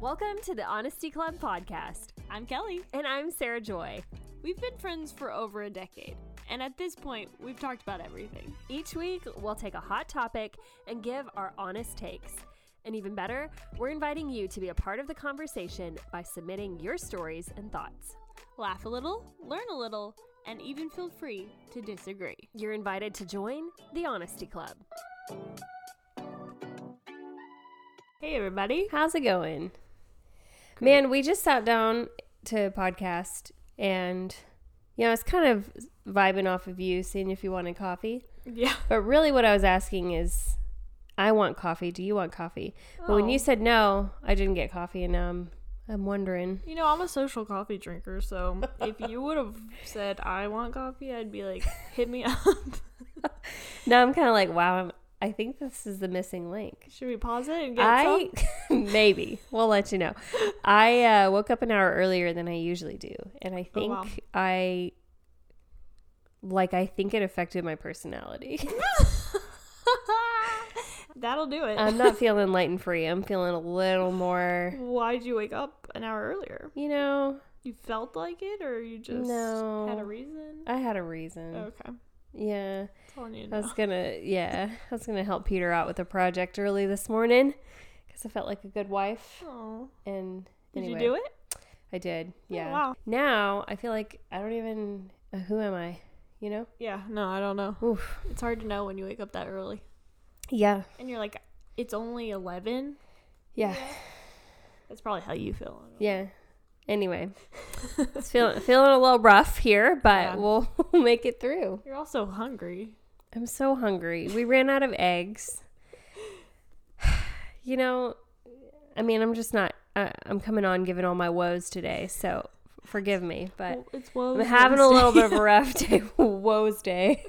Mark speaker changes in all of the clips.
Speaker 1: Welcome to the Honesty Club podcast.
Speaker 2: I'm Kelly.
Speaker 1: And I'm Sarah Joy.
Speaker 2: We've been friends for over a decade, and at this point, we've talked about everything.
Speaker 1: Each week, we'll take a hot topic and give our honest takes. And even better, we're inviting you to be a part of the conversation by submitting your stories and thoughts.
Speaker 2: Laugh a little, learn a little, and even feel free to disagree.
Speaker 1: You're invited to join the Honesty Club.
Speaker 2: Hey, everybody.
Speaker 1: How's it going? Man, we just sat down to podcast and you know, I was kind of vibing off of you, seeing if you wanted coffee.
Speaker 2: Yeah.
Speaker 1: But really what I was asking is I want coffee. Do you want coffee? But when you
Speaker 2: Oh.
Speaker 1: said no, I didn't get coffee and um I'm wondering.
Speaker 2: You know, I'm a social coffee drinker, so if you would have said, I want coffee, I'd be like, hit me up.
Speaker 1: Now I'm kind of like, wow, I'm, I think this is the missing link.
Speaker 2: Should we pause it and get
Speaker 1: I maybe we'll let you know. I uh, woke up an hour earlier than I usually do, and I
Speaker 2: Oh,
Speaker 1: think
Speaker 2: wow.
Speaker 1: I like I think it affected my personality.
Speaker 2: some? That'll do it.
Speaker 1: I'm not feeling light and free. I'm feeling a little more,
Speaker 2: Why'd you wake up an hour earlier?
Speaker 1: you know.
Speaker 2: You felt like it, or you just
Speaker 1: No.
Speaker 2: had a reason?
Speaker 1: I had a reason.
Speaker 2: Okay,
Speaker 1: Yeah,
Speaker 2: Um, that's all I need to
Speaker 1: I
Speaker 2: know.
Speaker 1: was gonna. Yeah, I was gonna help Peter out with a project early this morning because I felt like a good wife.
Speaker 2: Oh,
Speaker 1: And
Speaker 2: did
Speaker 1: anyway,
Speaker 2: you do it? Oh,
Speaker 1: I did. Yeah.
Speaker 2: wow.
Speaker 1: Now I feel like I don't even. Uh, who am I? You know.
Speaker 2: Yeah. No, I don't know.
Speaker 1: Oof.
Speaker 2: It's hard to know when you wake up that early,
Speaker 1: Yeah.
Speaker 2: and you're like, it's only eleven.
Speaker 1: Yeah.
Speaker 2: That's probably how you feel.
Speaker 1: Yeah. Anyway, it's feeling feeling a little rough here, but
Speaker 2: Yeah.
Speaker 1: we'll, we'll make it through.
Speaker 2: You're also hungry.
Speaker 1: I'm so hungry. We ran out of eggs. You know, I mean, I'm just not. I, I'm coming on giving all my woes today, so forgive me. But
Speaker 2: Well, it's woes.
Speaker 1: I'm having a
Speaker 2: Wednesday.
Speaker 1: little bit of a rough day. Woes day.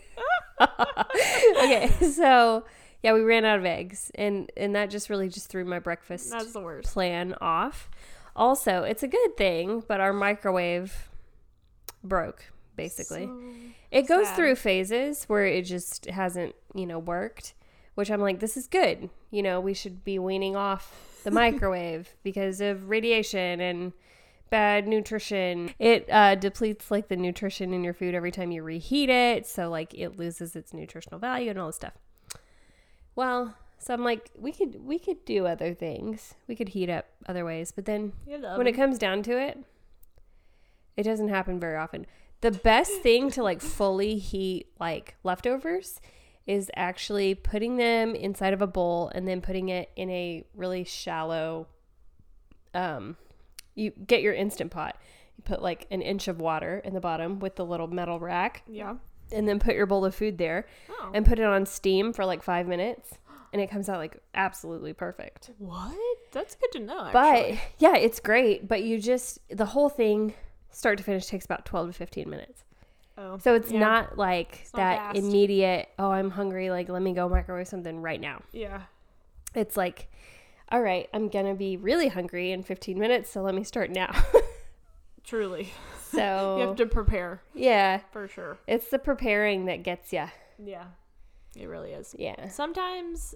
Speaker 1: okay, so yeah, we ran out of eggs, and and that just really just threw my breakfast
Speaker 2: That's the worst.
Speaker 1: plan off. Also, it's a good thing, but our microwave broke basically. it goes
Speaker 2: sad.
Speaker 1: through phases where it just hasn't, you know, worked, which I'm like, this is good. You know, we should be weaning off the microwave because of radiation and bad nutrition. It uh, depletes like the nutrition in your food every time you reheat it. So, like, it loses its nutritional value and all this stuff. Well, so I'm like, we could we could do other things. We could heat up other ways, but then
Speaker 2: You have the
Speaker 1: when it
Speaker 2: oven.
Speaker 1: comes down to it, it doesn't happen very often. The best thing to like fully heat like leftovers is actually putting them inside of a bowl and then putting it in a really shallow um you get your instant pot. You put like an inch of water in the bottom with the little metal rack
Speaker 2: yeah.
Speaker 1: and then put your bowl of food there
Speaker 2: Oh.
Speaker 1: and put it on steam for like 5 minutes and it comes out like absolutely perfect.
Speaker 2: what? That's good to know.
Speaker 1: But
Speaker 2: actually.
Speaker 1: yeah, it's great. But you just the whole thing, start to finish, takes about twelve to fifteen minutes.
Speaker 2: oh.
Speaker 1: So it's
Speaker 2: Yeah.
Speaker 1: not like
Speaker 2: not
Speaker 1: that
Speaker 2: fast.
Speaker 1: immediate. Oh, I'm hungry. Like let me go microwave something right now.
Speaker 2: yeah.
Speaker 1: It's like, all right, I'm gonna be really hungry in fifteen minutes. So let me start now.
Speaker 2: Truly,
Speaker 1: so
Speaker 2: you have to prepare
Speaker 1: yeah,
Speaker 2: for sure.
Speaker 1: it's the preparing that gets you.
Speaker 2: Yeah, it really is.
Speaker 1: Yeah.
Speaker 2: Sometimes,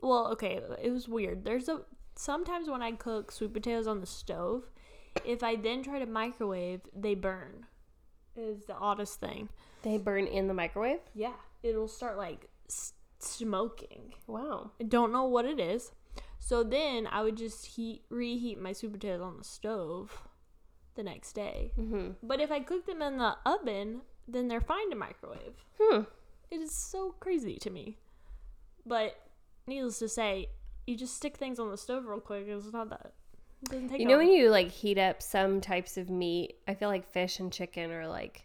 Speaker 2: well, okay, it was weird. There's a sometimes when I cook sweet potatoes on the stove, if I then try to microwave, they burn. Is the oddest thing.
Speaker 1: They burn in the microwave.
Speaker 2: Yeah, it'll start like s- smoking.
Speaker 1: Wow.
Speaker 2: I don't know what it is. So then I would just heat reheat my sweet potatoes on the stove the next day.
Speaker 1: Mm-hmm.
Speaker 2: But if I cook them in the oven, then they're fine to microwave.
Speaker 1: Hmm.
Speaker 2: It is so crazy to me. But needless to say, you just stick things on the stove real quick. It's not that. It doesn't take.
Speaker 1: You know
Speaker 2: long.
Speaker 1: when you like heat up some types of meat, I feel like fish and chicken are like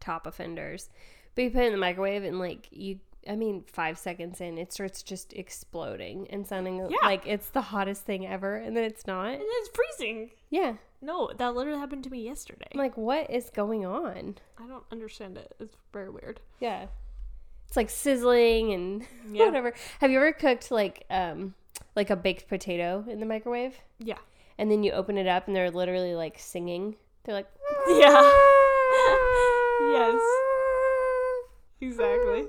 Speaker 1: top offenders. But you put it in the microwave and like you I mean 5 seconds in it starts just exploding and sounding
Speaker 2: Yeah.
Speaker 1: like it's the hottest thing ever and then it's not.
Speaker 2: And it's freezing.
Speaker 1: Yeah.
Speaker 2: No, that literally happened to me yesterday.
Speaker 1: I'm like what is going on?
Speaker 2: I don't understand it. It's very weird.
Speaker 1: Yeah. It's like sizzling and
Speaker 2: Yeah.
Speaker 1: whatever. Have you ever cooked like um like a baked potato in the microwave
Speaker 2: Yeah.
Speaker 1: and then you open it up and they're literally like singing. They're like
Speaker 2: Yeah. yes. Exactly.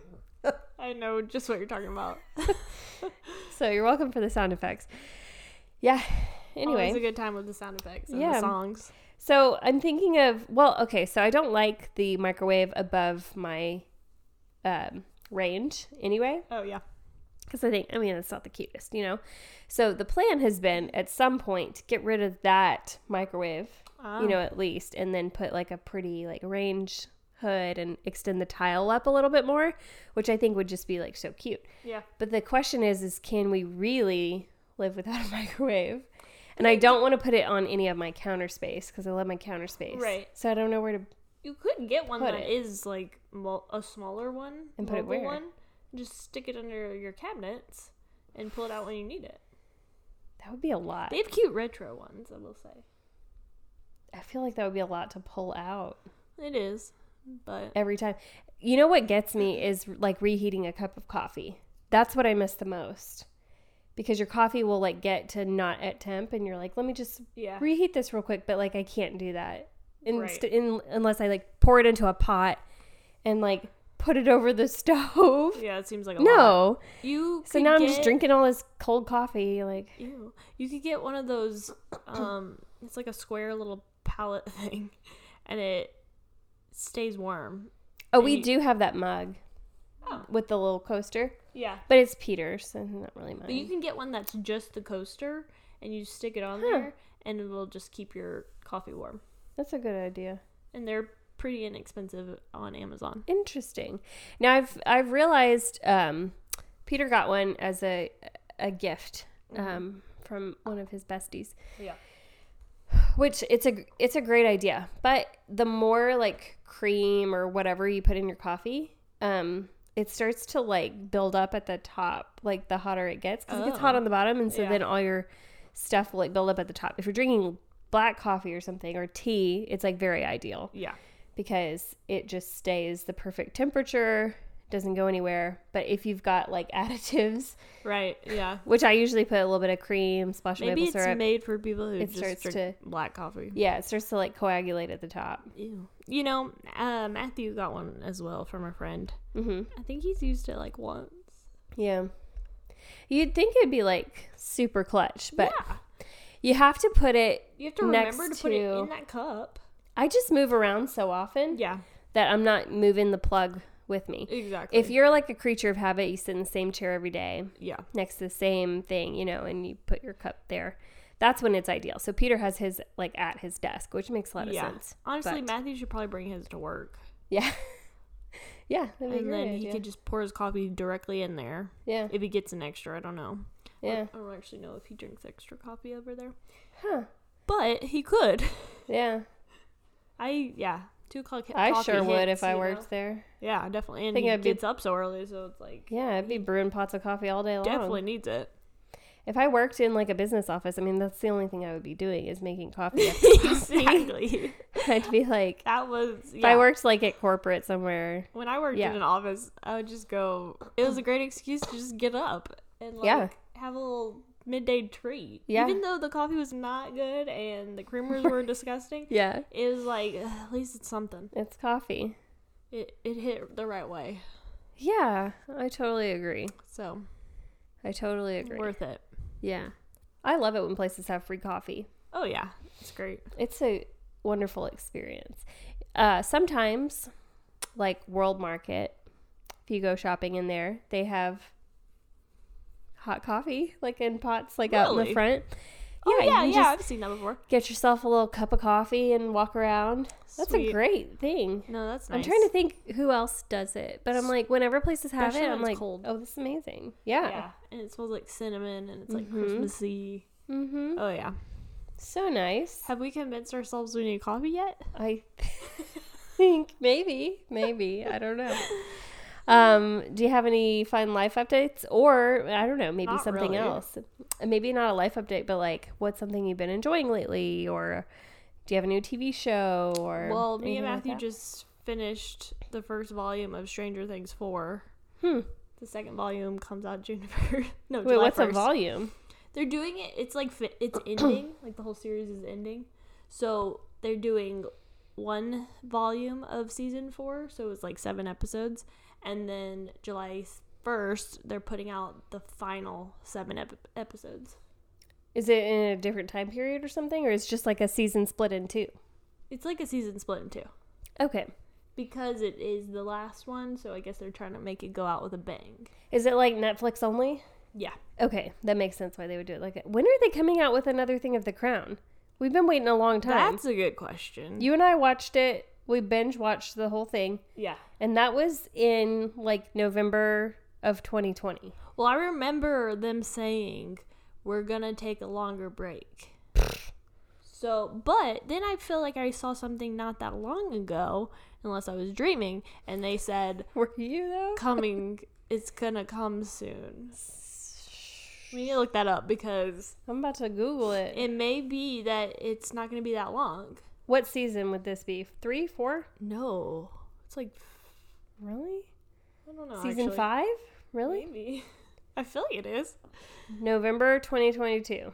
Speaker 2: I know just what you're talking about.
Speaker 1: So you're welcome for the sound effects. Yeah, Anyway,
Speaker 2: Always Oh, a good time with the sound effects and
Speaker 1: Yeah.
Speaker 2: the songs.
Speaker 1: so I'm thinking of well, okay, so I don't like the microwave above my um, range anyway.
Speaker 2: Oh yeah.
Speaker 1: because I think, I mean, it's not the cutest, you know? So the plan has been at some point to get rid of that microwave,
Speaker 2: Oh.
Speaker 1: you know, at least, and then put like a pretty like range hood and extend the tile up a little bit more, which I think would just be like so cute.
Speaker 2: Yeah.
Speaker 1: But the question is, is can we really live without a microwave? And I don't want to put it on any of my counter space because I love my counter space.
Speaker 2: Right.
Speaker 1: So I don't know where to.
Speaker 2: You could get one
Speaker 1: Put
Speaker 2: that
Speaker 1: it.
Speaker 2: is like mul- a smaller one
Speaker 1: And put it
Speaker 2: mobile
Speaker 1: where?
Speaker 2: One. Just stick it under your cabinets and pull it out when you need it.
Speaker 1: That would be a lot.
Speaker 2: They have cute retro ones, I will say.
Speaker 1: I feel like that would be a lot to pull out.
Speaker 2: It is, but
Speaker 1: every time. You know what gets me is like reheating a cup of coffee. That's what I miss the most. Because your coffee will like get to not at temp and you're like, let me just
Speaker 2: yeah,
Speaker 1: reheat this real quick, but like I can't do that. In,
Speaker 2: Right.
Speaker 1: in, unless I like pour it into a pot and like put it over the stove.
Speaker 2: yeah, it seems like a lot.
Speaker 1: No.
Speaker 2: You
Speaker 1: So
Speaker 2: could
Speaker 1: now I'm
Speaker 2: get,
Speaker 1: just drinking all this cold coffee like
Speaker 2: Ew. You could get one of those. Um, it's like a square little pallet thing, and it stays warm.
Speaker 1: Oh, we
Speaker 2: you-
Speaker 1: do have that mug
Speaker 2: Oh.
Speaker 1: with the little coaster,
Speaker 2: Yeah,
Speaker 1: but it's Peter's, so not really mine.
Speaker 2: but you can get one that's just the coaster, and you stick it on
Speaker 1: Huh.
Speaker 2: there, and it will just keep your coffee warm.
Speaker 1: That's a good idea.
Speaker 2: and they're pretty inexpensive on Amazon.
Speaker 1: Interesting. Now I've I've realized um, Peter got one as a a gift
Speaker 2: Mm-hmm.
Speaker 1: um, from one of his besties,
Speaker 2: Yeah.
Speaker 1: which it's a it's a great idea. But the more like cream or whatever you put in your coffee, um, it starts to like build up at the top, like the hotter it gets, because it gets hot
Speaker 2: Oh.
Speaker 1: on the bottom, and so
Speaker 2: Yeah.
Speaker 1: then all your stuff will like build up at the top. If you're drinking black coffee or something or tea, it's like very ideal
Speaker 2: Yeah.
Speaker 1: because it just stays the perfect temperature, doesn't go anywhere. But if you've got like additives,
Speaker 2: Right. Yeah.
Speaker 1: which I usually put a little bit of cream, splash of
Speaker 2: Maybe
Speaker 1: maple
Speaker 2: it's
Speaker 1: syrup,
Speaker 2: made for people who
Speaker 1: It
Speaker 2: just
Speaker 1: starts
Speaker 2: drink black coffee.
Speaker 1: yeah, it starts to like coagulate at the top.
Speaker 2: Ew. You know, uh, Matthew got one as well from a friend.
Speaker 1: hmm
Speaker 2: I think he's used it like once.
Speaker 1: Yeah, you'd think it'd be like super clutch, but
Speaker 2: yeah.
Speaker 1: you have to put it.
Speaker 2: You have to
Speaker 1: next
Speaker 2: remember to put it
Speaker 1: to-
Speaker 2: in that cup.
Speaker 1: I just move around so often
Speaker 2: Yeah.
Speaker 1: that I'm not moving the plug with me.
Speaker 2: Exactly.
Speaker 1: If you're like a creature of habit, you sit in the same chair every day.
Speaker 2: yeah.
Speaker 1: next to the same thing, you know, and you put your cup there. That's when it's ideal. So Peter has his like at his desk, which makes a lot of
Speaker 2: yeah.
Speaker 1: sense.
Speaker 2: Honestly,
Speaker 1: but-
Speaker 2: Matthew should probably bring his to work.
Speaker 1: Yeah. yeah. That'd be a
Speaker 2: And
Speaker 1: great
Speaker 2: then he
Speaker 1: idea.
Speaker 2: could just pour his coffee directly in there.
Speaker 1: Yeah.
Speaker 2: If he gets an extra, I don't know.
Speaker 1: Yeah.
Speaker 2: I don't actually know if he drinks extra coffee over there.
Speaker 1: Huh.
Speaker 2: But he could.
Speaker 1: Yeah.
Speaker 2: I yeah, two o'clock.
Speaker 1: I
Speaker 2: coffee
Speaker 1: sure would
Speaker 2: hits,
Speaker 1: if I
Speaker 2: you
Speaker 1: worked
Speaker 2: know?
Speaker 1: there.
Speaker 2: Yeah, definitely. And
Speaker 1: Think
Speaker 2: he
Speaker 1: I'd be-
Speaker 2: gets up so early, so it's like
Speaker 1: Yeah, I'd be brewing pots of coffee all day long.
Speaker 2: definitely needs it.
Speaker 1: If I worked in like a business office, I mean, that's the only thing I would be doing is making coffee.
Speaker 2: exactly.
Speaker 1: I'd be like,
Speaker 2: That was
Speaker 1: if
Speaker 2: yeah.
Speaker 1: I worked like at corporate somewhere,
Speaker 2: when I worked
Speaker 1: yeah.
Speaker 2: in an office, I would just go. It was a great excuse to just get up and like
Speaker 1: Yeah.
Speaker 2: have a little midday treat.
Speaker 1: Yeah.
Speaker 2: Even though the coffee was not good and the creamers were disgusting,
Speaker 1: yeah,
Speaker 2: it was like "Ugh, at least it's something.
Speaker 1: it's coffee.
Speaker 2: It it hit the right way,
Speaker 1: Yeah, I totally agree.
Speaker 2: so
Speaker 1: I totally agree.
Speaker 2: worth it.
Speaker 1: Yeah. I love it when places have free coffee.
Speaker 2: Oh yeah, it's great.
Speaker 1: It's a wonderful experience. Uh, sometimes, like World Market, if you go shopping in there, they have hot coffee, like in pots, like out in the
Speaker 2: Really?
Speaker 1: front.
Speaker 2: Oh
Speaker 1: you
Speaker 2: yeah, yeah,
Speaker 1: can
Speaker 2: I've seen that before.
Speaker 1: Get yourself a little cup of coffee and walk around. That's a
Speaker 2: Sweet.
Speaker 1: great thing.
Speaker 2: No, that's nice.
Speaker 1: I'm trying to think who else does it, but I'm like, whenever places have
Speaker 2: Especially
Speaker 1: it,
Speaker 2: when
Speaker 1: I'm
Speaker 2: it's
Speaker 1: like,
Speaker 2: cold.
Speaker 1: oh, this is amazing.
Speaker 2: Yeah.
Speaker 1: Yeah.
Speaker 2: and it smells like cinnamon, and it's like
Speaker 1: Mhm.
Speaker 2: Christmassy.
Speaker 1: Mm-hmm.
Speaker 2: Oh yeah.
Speaker 1: So nice.
Speaker 2: Have we convinced ourselves we need coffee yet?
Speaker 1: I think maybe, maybe I don't know. Um, do you have any fun life updates, or I don't know, maybe
Speaker 2: Not
Speaker 1: something
Speaker 2: really.
Speaker 1: else? Maybe not a life update, but like, what's something you've been enjoying lately, or do you have a new TV show? Or
Speaker 2: Well, me and
Speaker 1: anything
Speaker 2: Matthew
Speaker 1: like that?
Speaker 2: just finished the first volume of Stranger Things four.
Speaker 1: Hmm.
Speaker 2: The second volume comes out June first. No,
Speaker 1: wait,
Speaker 2: July
Speaker 1: what's a
Speaker 2: 1st.
Speaker 1: volume?
Speaker 2: They're doing it. It's like fi- it's ending. like the whole series is ending. So they're doing one volume of season four. So it's like seven episodes, and then July first, they're putting out the final seven ep- episodes.
Speaker 1: Is it in a different time period or something, or is just like a season split in two?
Speaker 2: It's like a season split in two
Speaker 1: Okay.
Speaker 2: because it is the last one, so I guess they're trying to make it go out with a bang.
Speaker 1: Is it like Netflix only?
Speaker 2: Yeah.
Speaker 1: Okay, that makes sense why they would do it like that. When are they coming out with another thing of The Crown? We've been waiting a long time.
Speaker 2: That's a good question.
Speaker 1: you and I watched it. We binge watched the whole thing,
Speaker 2: yeah.
Speaker 1: and that was in like November of 2020.
Speaker 2: Well, I remember them saying we're gonna take a longer break. so, but then I feel like I saw something not that long ago, unless I was dreaming, and they said
Speaker 1: Were you though?
Speaker 2: coming. it's gonna come soon. We need to look that up because
Speaker 1: I'm about to Google it.
Speaker 2: it may be that it's not gonna be that long.
Speaker 1: What season would this be? Three, four?
Speaker 2: No, it's like
Speaker 1: Really?
Speaker 2: I don't know.
Speaker 1: season
Speaker 2: actually.
Speaker 1: five? Really?
Speaker 2: Maybe. I feel like it is
Speaker 1: November 2022.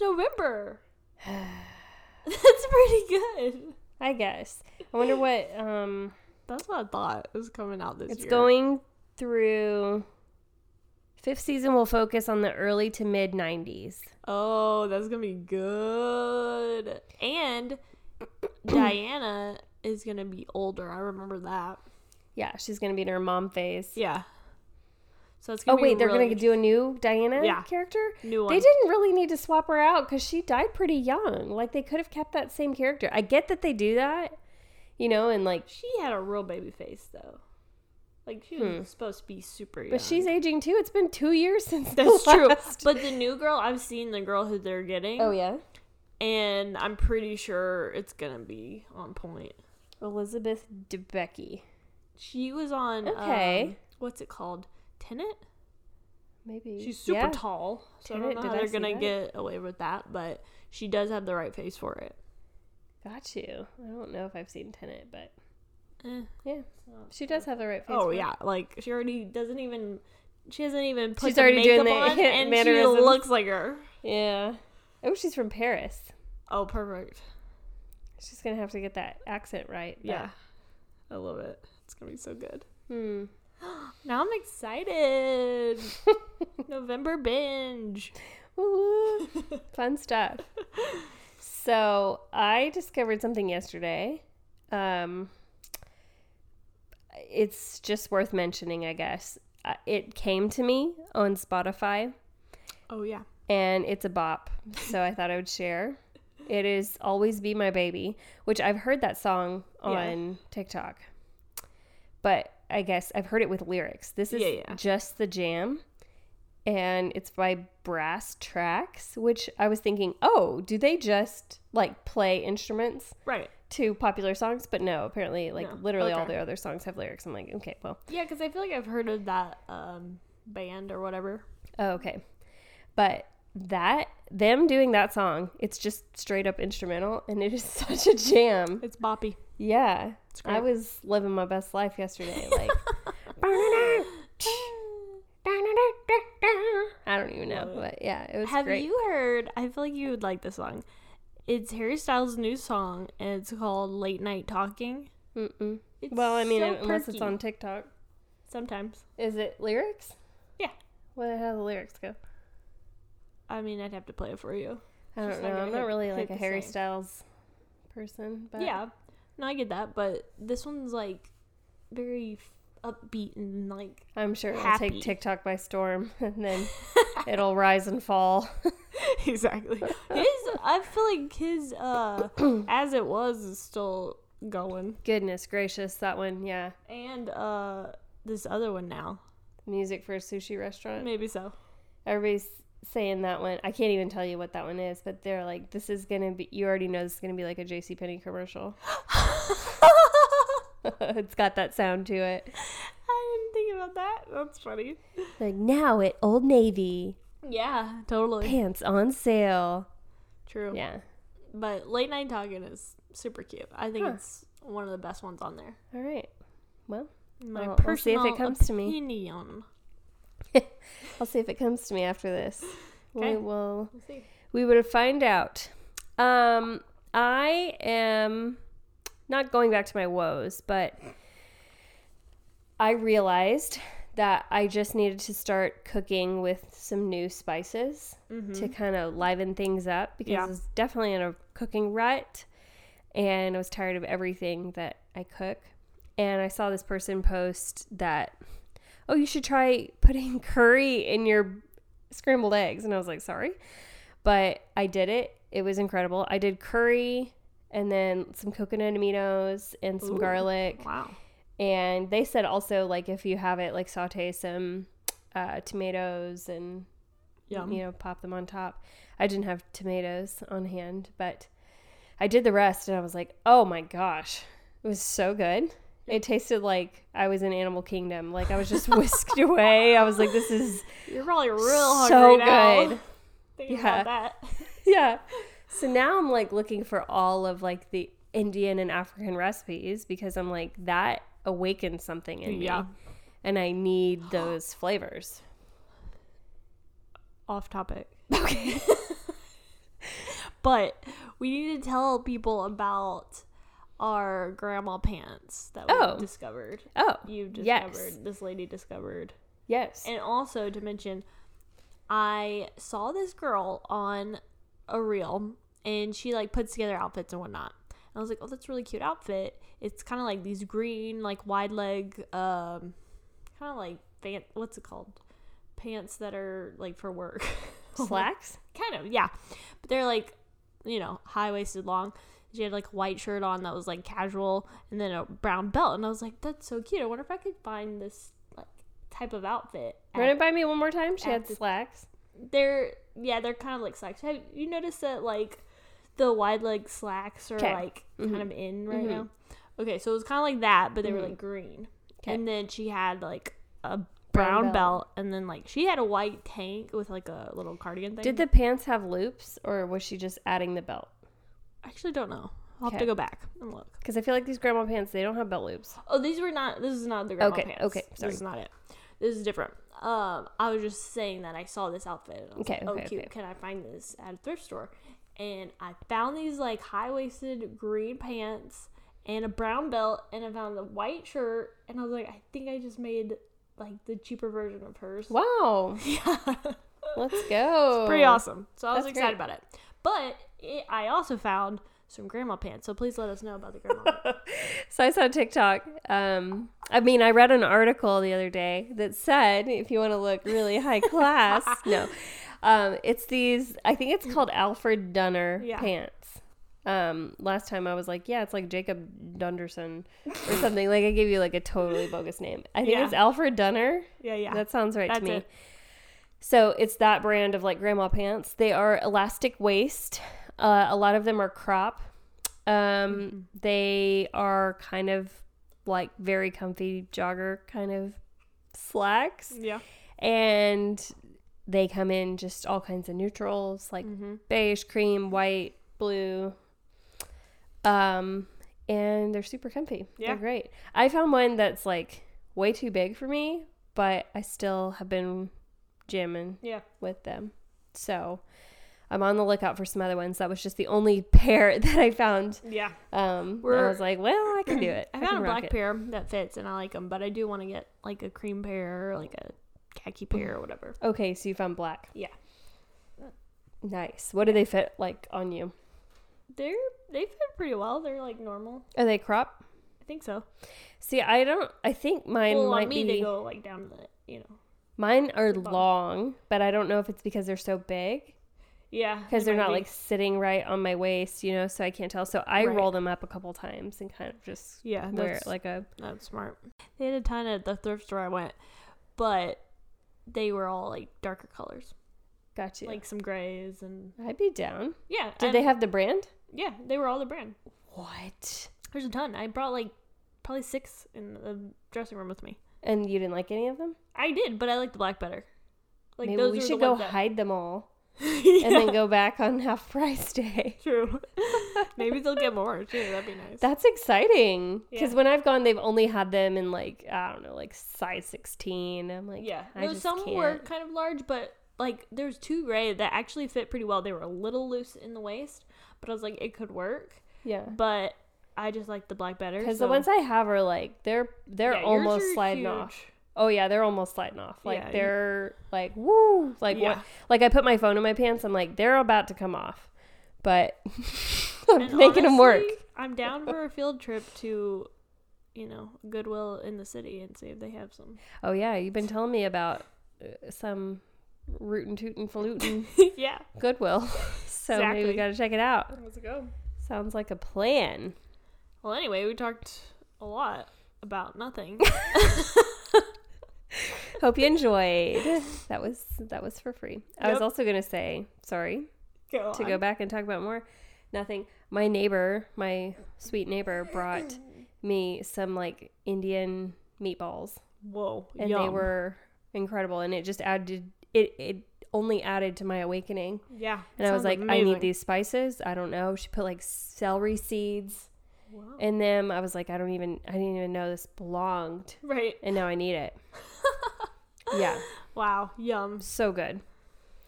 Speaker 2: November. That's pretty good.
Speaker 1: I guess. I wonder what um
Speaker 2: That's what I thought was coming out this
Speaker 1: it's
Speaker 2: year.
Speaker 1: going through fifth season will focus on the early to mid 90s.
Speaker 2: Oh, that's gonna be good. And Diana is gonna be older. I remember that.
Speaker 1: Yeah, she's going to be in her mom phase.
Speaker 2: Yeah. So it's
Speaker 1: Oh
Speaker 2: gonna be
Speaker 1: wait, they're
Speaker 2: really
Speaker 1: going to do a new Diana
Speaker 2: Yeah.
Speaker 1: character?
Speaker 2: new one.
Speaker 1: They didn't really need to swap her out because she died pretty young. Like they could have kept that same character. I get that they do that, you know, and like,
Speaker 2: She had a real baby face though. Like she was supposed to be super.
Speaker 1: Hmm. but she's aging too. It's been two years since the
Speaker 2: that's true.
Speaker 1: last-
Speaker 2: But the new girl, I've seen the girl who they're getting,
Speaker 1: oh yeah,
Speaker 2: and I'm pretty sure it's gonna be on point.
Speaker 1: Elizabeth Debicki.
Speaker 2: She was on
Speaker 1: Okay.
Speaker 2: um, what's it called? Tenant.
Speaker 1: Maybe
Speaker 2: She's super
Speaker 1: Yeah.
Speaker 2: tall, so I
Speaker 1: Tenet,
Speaker 2: don't know
Speaker 1: did
Speaker 2: how
Speaker 1: I
Speaker 2: they're
Speaker 1: see
Speaker 2: gonna
Speaker 1: that?
Speaker 2: get away with that. But she does have the right face for it.
Speaker 1: Got you. I don't know if I've seen Tenet, but
Speaker 2: Eh.
Speaker 1: yeah, she does have the right face.
Speaker 2: Oh
Speaker 1: for it.
Speaker 2: yeah, like she already doesn't even. She hasn't even put
Speaker 1: She's
Speaker 2: the
Speaker 1: already doing
Speaker 2: makeup
Speaker 1: the
Speaker 2: on, and
Speaker 1: mannerisms.
Speaker 2: she looks like her.
Speaker 1: yeah. Oh, she's from Paris.
Speaker 2: Oh, perfect.
Speaker 1: She's gonna have to get that accent right. but-
Speaker 2: Yeah, I love it. It's gonna be so good.
Speaker 1: Hmm.
Speaker 2: Now I'm excited. November binge.
Speaker 1: Woo-woo. Fun stuff. So I discovered something yesterday. Um, it's just worth mentioning, I guess. Uh, It came to me on Spotify,
Speaker 2: Oh yeah.
Speaker 1: and it's a bop. So I thought I would share. It is "Always Be My Baby," which I've heard that song
Speaker 2: Yeah.
Speaker 1: on TikTok, but I guess I've heard it with lyrics. This is
Speaker 2: Yeah, yeah.
Speaker 1: just the jam, and it's by Brass Tracks. Which I was thinking, oh, do they just like play instruments
Speaker 2: Right.
Speaker 1: to popular songs? But no, apparently, like
Speaker 2: No.
Speaker 1: literally all
Speaker 2: Okay.
Speaker 1: their other songs have lyrics. I'm like, okay, well,
Speaker 2: Yeah, because I feel like I've heard of that um, band or whatever.
Speaker 1: Oh, okay. But that them doing that song, it's just straight up instrumental and it is such a jam.
Speaker 2: It's boppy.
Speaker 1: Yeah.
Speaker 2: It's great.
Speaker 1: I was living my best life yesterday. Like I don't even know,
Speaker 2: Love it.
Speaker 1: but yeah, it was
Speaker 2: Have
Speaker 1: great.
Speaker 2: you heard? I feel like you would like this song. It's Harry Styles' new song, and it's called "Late Night Talking."
Speaker 1: Mm-mm.
Speaker 2: It's
Speaker 1: Well, I mean,
Speaker 2: so
Speaker 1: unless it's
Speaker 2: perky.
Speaker 1: on TikTok,
Speaker 2: Sometimes,
Speaker 1: is it lyrics?
Speaker 2: Yeah.
Speaker 1: Well, how do the lyrics go?
Speaker 2: I mean, I'd have to play it for you.
Speaker 1: I don't
Speaker 2: Just
Speaker 1: know.
Speaker 2: not
Speaker 1: I'm
Speaker 2: gonna
Speaker 1: not
Speaker 2: hit-
Speaker 1: really
Speaker 2: hit
Speaker 1: like a
Speaker 2: the
Speaker 1: Harry
Speaker 2: same.
Speaker 1: Styles person, but
Speaker 2: yeah, no, I get that, but this one's like very f- upbeat and like
Speaker 1: I'm sure it'll
Speaker 2: Happy.
Speaker 1: take TikTok by storm and then it'll rise and fall.
Speaker 2: exactly his. I feel like his uh, as it was is still going,
Speaker 1: Goodness gracious, that one, yeah.
Speaker 2: and uh, this other one now,
Speaker 1: Music for a sushi restaurant.
Speaker 2: maybe so.
Speaker 1: Everybody's saying that one. I can't even tell you what that one is, but they're like, this is going to be, you already know this is going to be like a JCPenney commercial. it's got that sound to it.
Speaker 2: I didn't think about that. That's funny.
Speaker 1: Like, now at Old Navy,
Speaker 2: Yeah, totally.
Speaker 1: pants on sale.
Speaker 2: True.
Speaker 1: Yeah.
Speaker 2: But late night talking is super cute. I think
Speaker 1: Huh.
Speaker 2: it's one of the best ones on there.
Speaker 1: All right. Well,
Speaker 2: My
Speaker 1: I'll- I'll see if
Speaker 2: personal
Speaker 1: it comes to me.
Speaker 2: opinion.
Speaker 1: I'll see if it comes to me after this.
Speaker 2: Okay.
Speaker 1: We will
Speaker 2: We'll see.
Speaker 1: we would find out. Um, I am not going back to my woes, but I realized that I just needed to start cooking with some new spices to kind of liven things up because
Speaker 2: Yeah.
Speaker 1: I was definitely in a cooking rut and I was tired of everything that I cook. And I saw this person post that, oh, you should try putting curry in your scrambled eggs. And I was like, sorry. But I did it. It was incredible. I did curry and then some coconut aminos and some
Speaker 2: Ooh.
Speaker 1: garlic.
Speaker 2: Wow.
Speaker 1: And they said also like if you have it like saute some uh, tomatoes and
Speaker 2: Yum.
Speaker 1: you know pop them on top. I didn't have tomatoes on hand, but I did the rest and I was like, "Oh my gosh. It was so good." It tasted like I was in Animal Kingdom. Like I was just whisked away. I was like, "This is
Speaker 2: You're probably real hungry
Speaker 1: so
Speaker 2: now.
Speaker 1: good."
Speaker 2: Thinking
Speaker 1: Yeah.
Speaker 2: about that.
Speaker 1: yeah. So now I'm like looking for all of like the Indian and African recipes because I'm like that awakens something in me.
Speaker 2: Yeah.
Speaker 1: And I need those flavors.
Speaker 2: Off topic.
Speaker 1: Okay.
Speaker 2: But we need to tell people about our grandma pants that we
Speaker 1: Oh.
Speaker 2: discovered.
Speaker 1: Oh.
Speaker 2: You discovered.
Speaker 1: Yes.
Speaker 2: This lady discovered.
Speaker 1: Yes.
Speaker 2: And also to mention, I saw this girl on a reel and she like puts together outfits and whatnot. And I was like, oh, that's a really cute outfit. It's kind of like these green, like wide leg, um, kind of like fan- what's it called? Pants that are like for work.
Speaker 1: Slacks?
Speaker 2: kind of, yeah. But they're like, you know, high waisted long. She had like a white shirt on that was like casual and then a brown belt. And I was like, that's so cute. I wonder if I could find this like type of outfit. at
Speaker 1: Run it by me one more time. She
Speaker 2: at
Speaker 1: had
Speaker 2: the-
Speaker 1: slacks.
Speaker 2: they're yeah they're kind of like slacks have you noticed that like the wide leg slacks are
Speaker 1: 'Kay. Mm-hmm.
Speaker 2: like kind of in right now okay so it was kind of like that but they were like green
Speaker 1: 'Kay.
Speaker 2: and then she had like a
Speaker 1: Mm-hmm. Brown
Speaker 2: brown
Speaker 1: belt.
Speaker 2: belt. and then like she had a white tank with like a little cardigan thing
Speaker 1: Did the pants have loops or was she just adding the belt?
Speaker 2: i actually don't know i'll have
Speaker 1: 'Kay.
Speaker 2: to go back and look
Speaker 1: Because I feel like these grandma pants, they don't have belt loops.
Speaker 2: oh these were not this is not the grandma
Speaker 1: Okay,
Speaker 2: pants
Speaker 1: okay, sorry.
Speaker 2: this is not it this is different um i was just saying that i saw this outfit and I was
Speaker 1: Okay,
Speaker 2: oh
Speaker 1: okay,
Speaker 2: cute
Speaker 1: okay.
Speaker 2: can i find this at a thrift store and i found these like high-waisted green pants and a brown belt and i found the white shirt and i was like i think i just made like the cheaper version of hers
Speaker 1: Wow.
Speaker 2: yeah
Speaker 1: Let's go.
Speaker 2: pretty awesome so i was
Speaker 1: Oh. That's
Speaker 2: excited about it but it, i also found some grandma pants so please let us know about the grandma pants.
Speaker 1: So I saw TikTok. Um, I mean, I read an article the other day that said, if you want to look really high class, no, um, it's these. I think it's called Alfred Dunner
Speaker 2: Yeah.
Speaker 1: pants. Um, last time I was like, yeah, it's like Jacob Dunderson or something. like I gave you like a totally bogus name. I think
Speaker 2: Yeah.
Speaker 1: it's Alfred Dunner.
Speaker 2: yeah yeah
Speaker 1: That sounds right
Speaker 2: That's
Speaker 1: to me.
Speaker 2: it.
Speaker 1: So it's that brand of like grandma pants. They are elastic waist. Uh, a lot of them are crop. Um,
Speaker 2: Mm-hmm.
Speaker 1: They are kind of like very comfy jogger kind of slacks,
Speaker 2: yeah
Speaker 1: and they come in just all kinds of neutrals like
Speaker 2: Mm-hmm.
Speaker 1: beige, cream, white, blue. Um, and they're super comfy.
Speaker 2: Yeah.
Speaker 1: They're great. I found one that's like way too big for me, but I still have been jamming
Speaker 2: yeah
Speaker 1: with them. So I'm on the lookout for some other ones. That was just the only pair that I found.
Speaker 2: yeah
Speaker 1: Um, and I
Speaker 2: We're-
Speaker 1: was like, well, I can do it.
Speaker 2: I found
Speaker 1: can
Speaker 2: a
Speaker 1: rock
Speaker 2: black
Speaker 1: it.
Speaker 2: pair that fits and I like them, but I do want to get like a cream pair or like a
Speaker 1: Mm.
Speaker 2: khaki pair or whatever.
Speaker 1: Okay, so you found black.
Speaker 2: Yeah.
Speaker 1: Nice. What do they fit like on you?
Speaker 2: They're they fit pretty well. They're like normal.
Speaker 1: Are they crop?
Speaker 2: I think so.
Speaker 1: See, I don't. I think mine
Speaker 2: well,
Speaker 1: might
Speaker 2: on me
Speaker 1: be.
Speaker 2: they go like down the you know.
Speaker 1: mine are
Speaker 2: bottom.
Speaker 1: long, but I don't know if it's because they're so big
Speaker 2: Yeah.
Speaker 1: because
Speaker 2: they
Speaker 1: they're
Speaker 2: might
Speaker 1: not
Speaker 2: be.
Speaker 1: like sitting right on my waist, you know. So I can't tell. So I
Speaker 2: Right.
Speaker 1: roll them up a couple times and kind of just
Speaker 2: Yeah,
Speaker 1: wear
Speaker 2: that's
Speaker 1: it like a
Speaker 2: that's smart. They had a ton at the thrift store I went, but they were all like darker colors.
Speaker 1: gotcha. Like
Speaker 2: Like some grays and
Speaker 1: I'd be down.
Speaker 2: yeah.
Speaker 1: Did
Speaker 2: and-
Speaker 1: they have the brand?
Speaker 2: yeah, they were all the brand.
Speaker 1: What?
Speaker 2: There's a ton. I brought like probably six in the dressing room with me.
Speaker 1: And you didn't like any of them?
Speaker 2: I did, but I like the black better. Like
Speaker 1: Maybe
Speaker 2: those
Speaker 1: we
Speaker 2: are
Speaker 1: should
Speaker 2: the
Speaker 1: go
Speaker 2: ones that-
Speaker 1: hide them all
Speaker 2: yeah,
Speaker 1: and then go back on half price day.
Speaker 2: true. Maybe they'll get more too. That'd be nice.
Speaker 1: That's exciting. Because
Speaker 2: Yeah.
Speaker 1: when I've gone, they've only had them in like, I don't know, like size 16. I'm like,
Speaker 2: yeah,
Speaker 1: yeah, I
Speaker 2: no,
Speaker 1: just
Speaker 2: some
Speaker 1: can't.
Speaker 2: were kind of large, but like there's two gray that actually fit pretty well. They were a little loose in the waist, but I was like, it could work.
Speaker 1: Yeah.
Speaker 2: But I just like the black better
Speaker 1: Because
Speaker 2: so-
Speaker 1: the ones I have are like, they're they're
Speaker 2: Yeah, yours
Speaker 1: almost
Speaker 2: are
Speaker 1: sliding
Speaker 2: huge.
Speaker 1: off. Oh yeah, they're almost sliding off. Like
Speaker 2: Yeah, you-
Speaker 1: they're like woo, like
Speaker 2: Yeah.
Speaker 1: what? Like I put my phone in my pants. I'm like they're about to come off, but I'm
Speaker 2: And
Speaker 1: making them work.
Speaker 2: honestly, I'm down for a field trip to, you know, Goodwill in the city and see if they have some.
Speaker 1: Oh yeah, you've been telling me about uh, some rootin' tootin' falutin'
Speaker 2: yeah.
Speaker 1: Goodwill, so maybe
Speaker 2: Exactly.
Speaker 1: we gotta check it out.
Speaker 2: Let's go.
Speaker 1: Sounds like a plan.
Speaker 2: Well, anyway, we talked a lot about nothing.
Speaker 1: Hope you enjoyed. That was that was for free. I was
Speaker 2: Yep.
Speaker 1: also gonna say sorry
Speaker 2: go
Speaker 1: to go back and talk about more. Nothing. My neighbor, my sweet neighbor, brought me some like Indian meatballs,
Speaker 2: Whoa.
Speaker 1: and they
Speaker 2: yum.
Speaker 1: were incredible. And it just added it it only added to my awakening.
Speaker 2: Yeah.
Speaker 1: And I was like,
Speaker 2: sounds
Speaker 1: I
Speaker 2: amazing.
Speaker 1: need these spices. I don't know. She put like celery seeds
Speaker 2: Wow.
Speaker 1: in them. I was like, I don't even I didn't even know this belonged,
Speaker 2: Right.
Speaker 1: and now I need it. yeah,
Speaker 2: Wow. Yum.
Speaker 1: so good.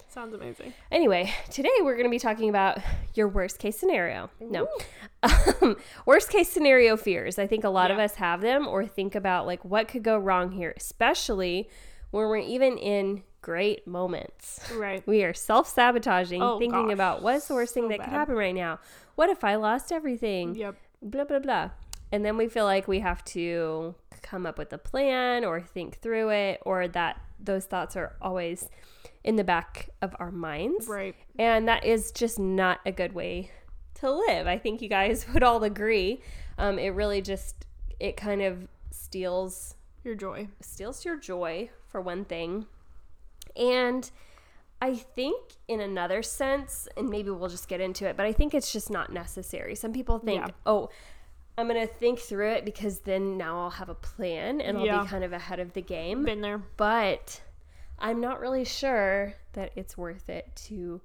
Speaker 2: Sounds amazing.
Speaker 1: Anyway, today we're going to be talking about your worst case scenario. No. Um, worst case scenario fears. I think a lot of
Speaker 2: Yeah.
Speaker 1: us have them or think about like what could go wrong here, especially when we're even in great moments.
Speaker 2: Right.
Speaker 1: We are self sabotaging,
Speaker 2: Oh,
Speaker 1: thinking
Speaker 2: gosh.
Speaker 1: about what's the worst thing
Speaker 2: So
Speaker 1: that
Speaker 2: bad.
Speaker 1: could happen right now? What if I lost everything?
Speaker 2: Yep.
Speaker 1: Blah, blah, blah. And then we feel like we have to come up with a plan or think through it, or that those thoughts are always in the back of our minds.
Speaker 2: Right.
Speaker 1: And that is just not a good way to live. I think you guys would all agree. Um, it really just it kind of steals
Speaker 2: Your joy.
Speaker 1: steals your joy for one thing. And I think in another sense, and maybe we'll just get into it, but I think it's just not necessary. Some people think,
Speaker 2: Yeah.
Speaker 1: oh, I'm going to think through it because then now I'll have a plan and I'll
Speaker 2: Yeah.
Speaker 1: be kind of ahead of the game
Speaker 2: Been there.
Speaker 1: but I'm not really sure that it's worth it to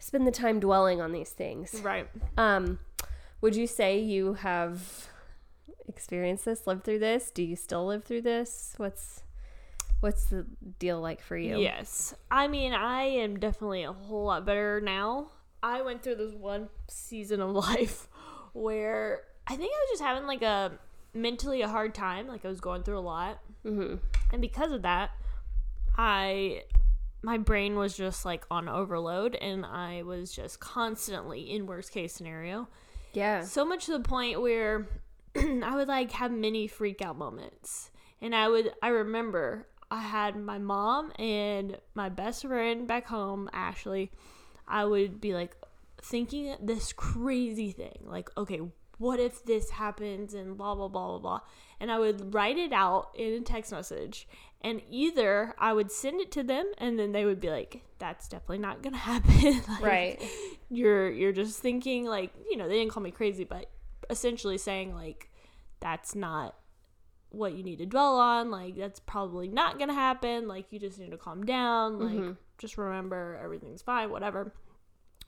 Speaker 1: spend the time dwelling on these things.
Speaker 2: Right.
Speaker 1: Um, would you say you have experienced this, lived through this? Do you still live through this? What's what's the deal like for you?
Speaker 2: Yes. I mean, I am definitely a whole lot better now. I went through this one season of life where I think I was just having like a mentally a hard time. Like I was going through a lot. Mm-hmm. And because of that, I. My brain was just like on overload, and I was just constantly in worst case scenario.
Speaker 1: Yeah.
Speaker 2: So much to the point where I would like have many freak out moments. And I would I remember I had my mom and my best friend back home, Ashley. I would be like thinking this crazy thing, like, okay, what if this happens and blah blah blah blah blah. And I would write it out in a text message. And either I would send it to them and then they would be like, That's definitely not gonna happen. Like,
Speaker 1: Right.
Speaker 2: you're you're just thinking like you know they didn't call me crazy but essentially saying like that's not what you need to dwell on like that's probably not gonna happen like you just need to calm down like just remember everything's fine whatever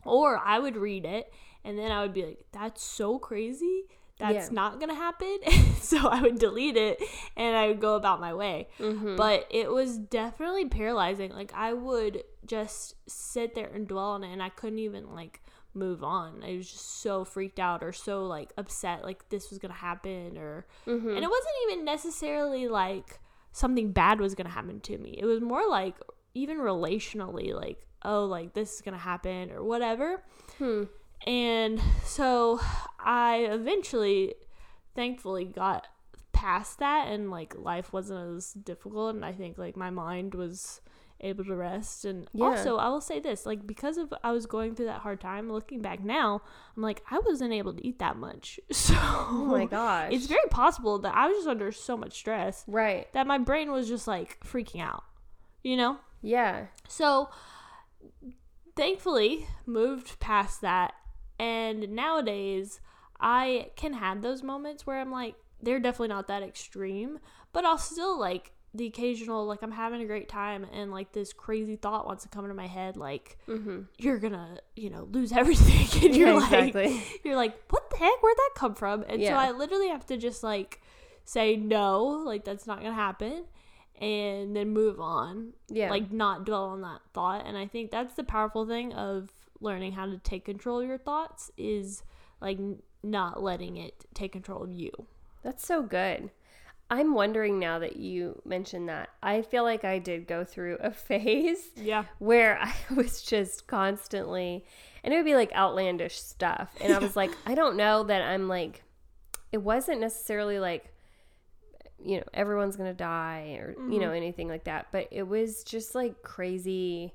Speaker 2: or i would read it and then i would be like that's so crazy that's
Speaker 1: Yeah.
Speaker 2: not gonna happen so i would delete it and i would go about my way
Speaker 1: Mm-hmm.
Speaker 2: but it was definitely paralyzing like i would just sit there and dwell on it and i couldn't even like move on i was just so freaked out or so like upset like this was gonna happen or and it wasn't even necessarily like something bad was gonna happen to me it was more like even relationally like oh like this is gonna happen or whatever and so i eventually thankfully got past that and like life wasn't as difficult and i think like my mind was able to rest and
Speaker 1: Yeah.
Speaker 2: also i will say this like because of i was going through that hard time looking back now i'm like i wasn't able to eat that much so
Speaker 1: Oh my gosh.
Speaker 2: it's very possible that i was just under so much stress
Speaker 1: right.
Speaker 2: that my brain was just like freaking out you know
Speaker 1: Yeah.
Speaker 2: so thankfully moved past that and nowadays I can have those moments where I'm like they're definitely not that extreme, but I'll still like the occasional like I'm having a great time and like this crazy thought wants to come into my head like
Speaker 1: Mm-hmm.
Speaker 2: you're gonna you know lose everything and you're
Speaker 1: yeah,
Speaker 2: like
Speaker 1: exactly.
Speaker 2: you're like, what the heck? Where'd that come from? And so
Speaker 1: Yeah.
Speaker 2: I literally have to just like say no, like that's not gonna happen, and then move on.
Speaker 1: Yeah.
Speaker 2: Like not dwell on that thought. And I think that's the powerful thing of learning how to take control of your thoughts is like n- not letting it take control of you.
Speaker 1: That's so good. I'm wondering now that you mentioned that. I feel like I did go through a phase
Speaker 2: Yeah.
Speaker 1: where I was just constantly, and it would be like outlandish stuff. And I was like, I don't know that I'm like, it wasn't necessarily like, you know, everyone's going to die or, you know, anything like that. But it was just like crazy.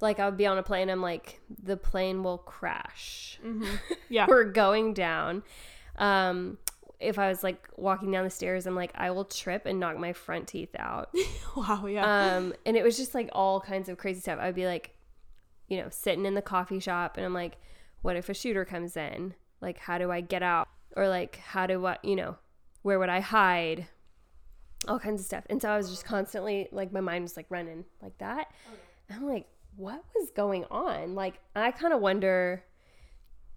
Speaker 1: Like I would be on a plane, I'm like, the plane will crash.
Speaker 2: Yeah.
Speaker 1: We're going down. Um, if I was like walking down the stairs, I'm like, I will trip and knock my front teeth out
Speaker 2: wow. Yeah.
Speaker 1: um, and it was just like all kinds of crazy stuff. I'd be like, you know, sitting in the coffee shop, and I'm like, what if a shooter comes in? Like, how do I get out? Or like, how do I, you know, where would I hide? All kinds of stuff. And so I was just constantly like, my mind was like running like that.
Speaker 2: Oh,
Speaker 1: And I'm like, what was going on? Like, I kind of wonder.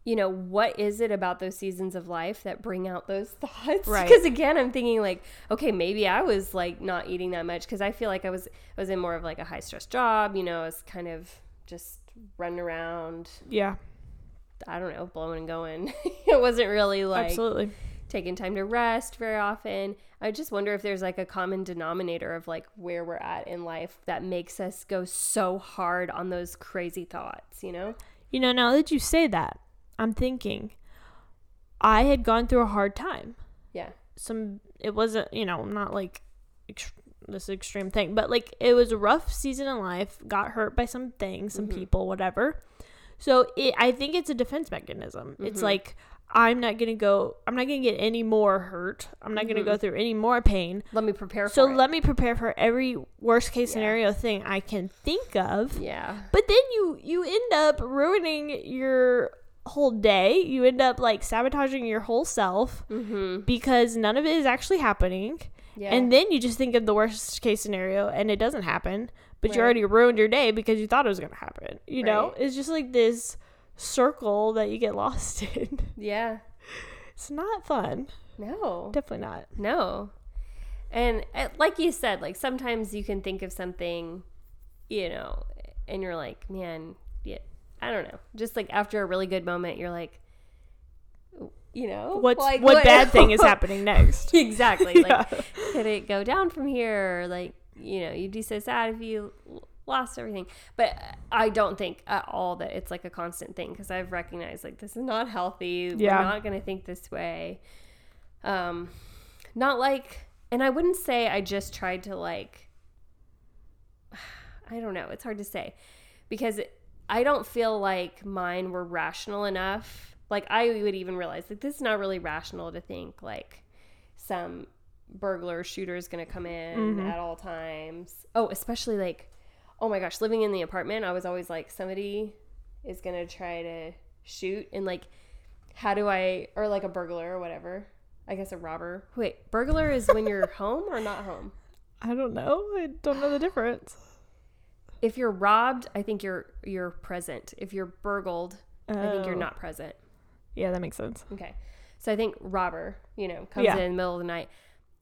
Speaker 1: You know, what is it about those seasons of life that bring out those thoughts?
Speaker 2: Right.
Speaker 1: Because again, I'm thinking like, okay, maybe I was like not eating that much because I feel like I was I was in more of like a high stress job. You know, I was kind of just running around.
Speaker 2: yeah.
Speaker 1: I don't know, blowing and going. it wasn't really like
Speaker 2: absolutely.
Speaker 1: taking time to rest very often. I just wonder if there's like a common denominator of like where we're at in life that makes us go so hard on those crazy thoughts. You know?
Speaker 2: You know, now that you say that, I'm thinking I had gone through a hard time.
Speaker 1: Yeah.
Speaker 2: Some, it wasn't, you know, not like ex- this extreme thing, but like it was a rough season in life, got hurt by some things, some people, whatever. So it, I think it's a defense mechanism. It's like, I'm not going to go, I'm not going to get any more hurt. I'm not going to go through any more pain.
Speaker 1: Let me prepare.
Speaker 2: So
Speaker 1: for
Speaker 2: let me prepare for every worst case scenario thing I can think of.
Speaker 1: it. yeah,
Speaker 2: But then you you end up ruining your whole day. You end up like sabotaging your whole self because none of it is actually happening.
Speaker 1: Mm-hmm. yeah,
Speaker 2: And then you just think of the worst case scenario and it doesn't happen, but you
Speaker 1: Right.
Speaker 2: already ruined your day because you thought it was going to happen. You know,
Speaker 1: Right.
Speaker 2: it's just like this circle that you get lost in.
Speaker 1: yeah.
Speaker 2: It's not fun.
Speaker 1: No,
Speaker 2: Definitely not.
Speaker 1: No. And uh, like you said, like sometimes you can think of something, you know, and you're like, man, yeah, I don't know. Just like after a really good moment, you're like, you know,
Speaker 2: What's
Speaker 1: like,
Speaker 2: what bad thing is happening next?
Speaker 1: exactly. Like,
Speaker 2: Yeah.
Speaker 1: could it go down from here? Or, Like, you know, you'd be so sad if you l- lost everything. But I don't think at all that it's like a constant thing because I've recognized like this is not healthy.
Speaker 2: Yeah.
Speaker 1: We're not going to think this way. Um, not like, and I wouldn't say I just tried to like, I don't know. It's hard to say because it, I don't feel like mine were rational enough. Like I would even realize like this is not really rational to think like some burglar shooter is going to come in at all times. Oh, especially like, oh my gosh, living in the apartment, I was always like, somebody is going to try to shoot. And like, how do I, or like a burglar or whatever. I guess a robber. Wait, burglar is when you're home or not home?
Speaker 2: I don't know. I don't know the difference.
Speaker 1: If you're robbed, I think you're you're present. If you're burgled, I think you're
Speaker 2: Oh.
Speaker 1: not present.
Speaker 2: Yeah, that makes sense.
Speaker 1: Okay. So I think robber, you know, comes
Speaker 2: Yeah.
Speaker 1: in the middle of the night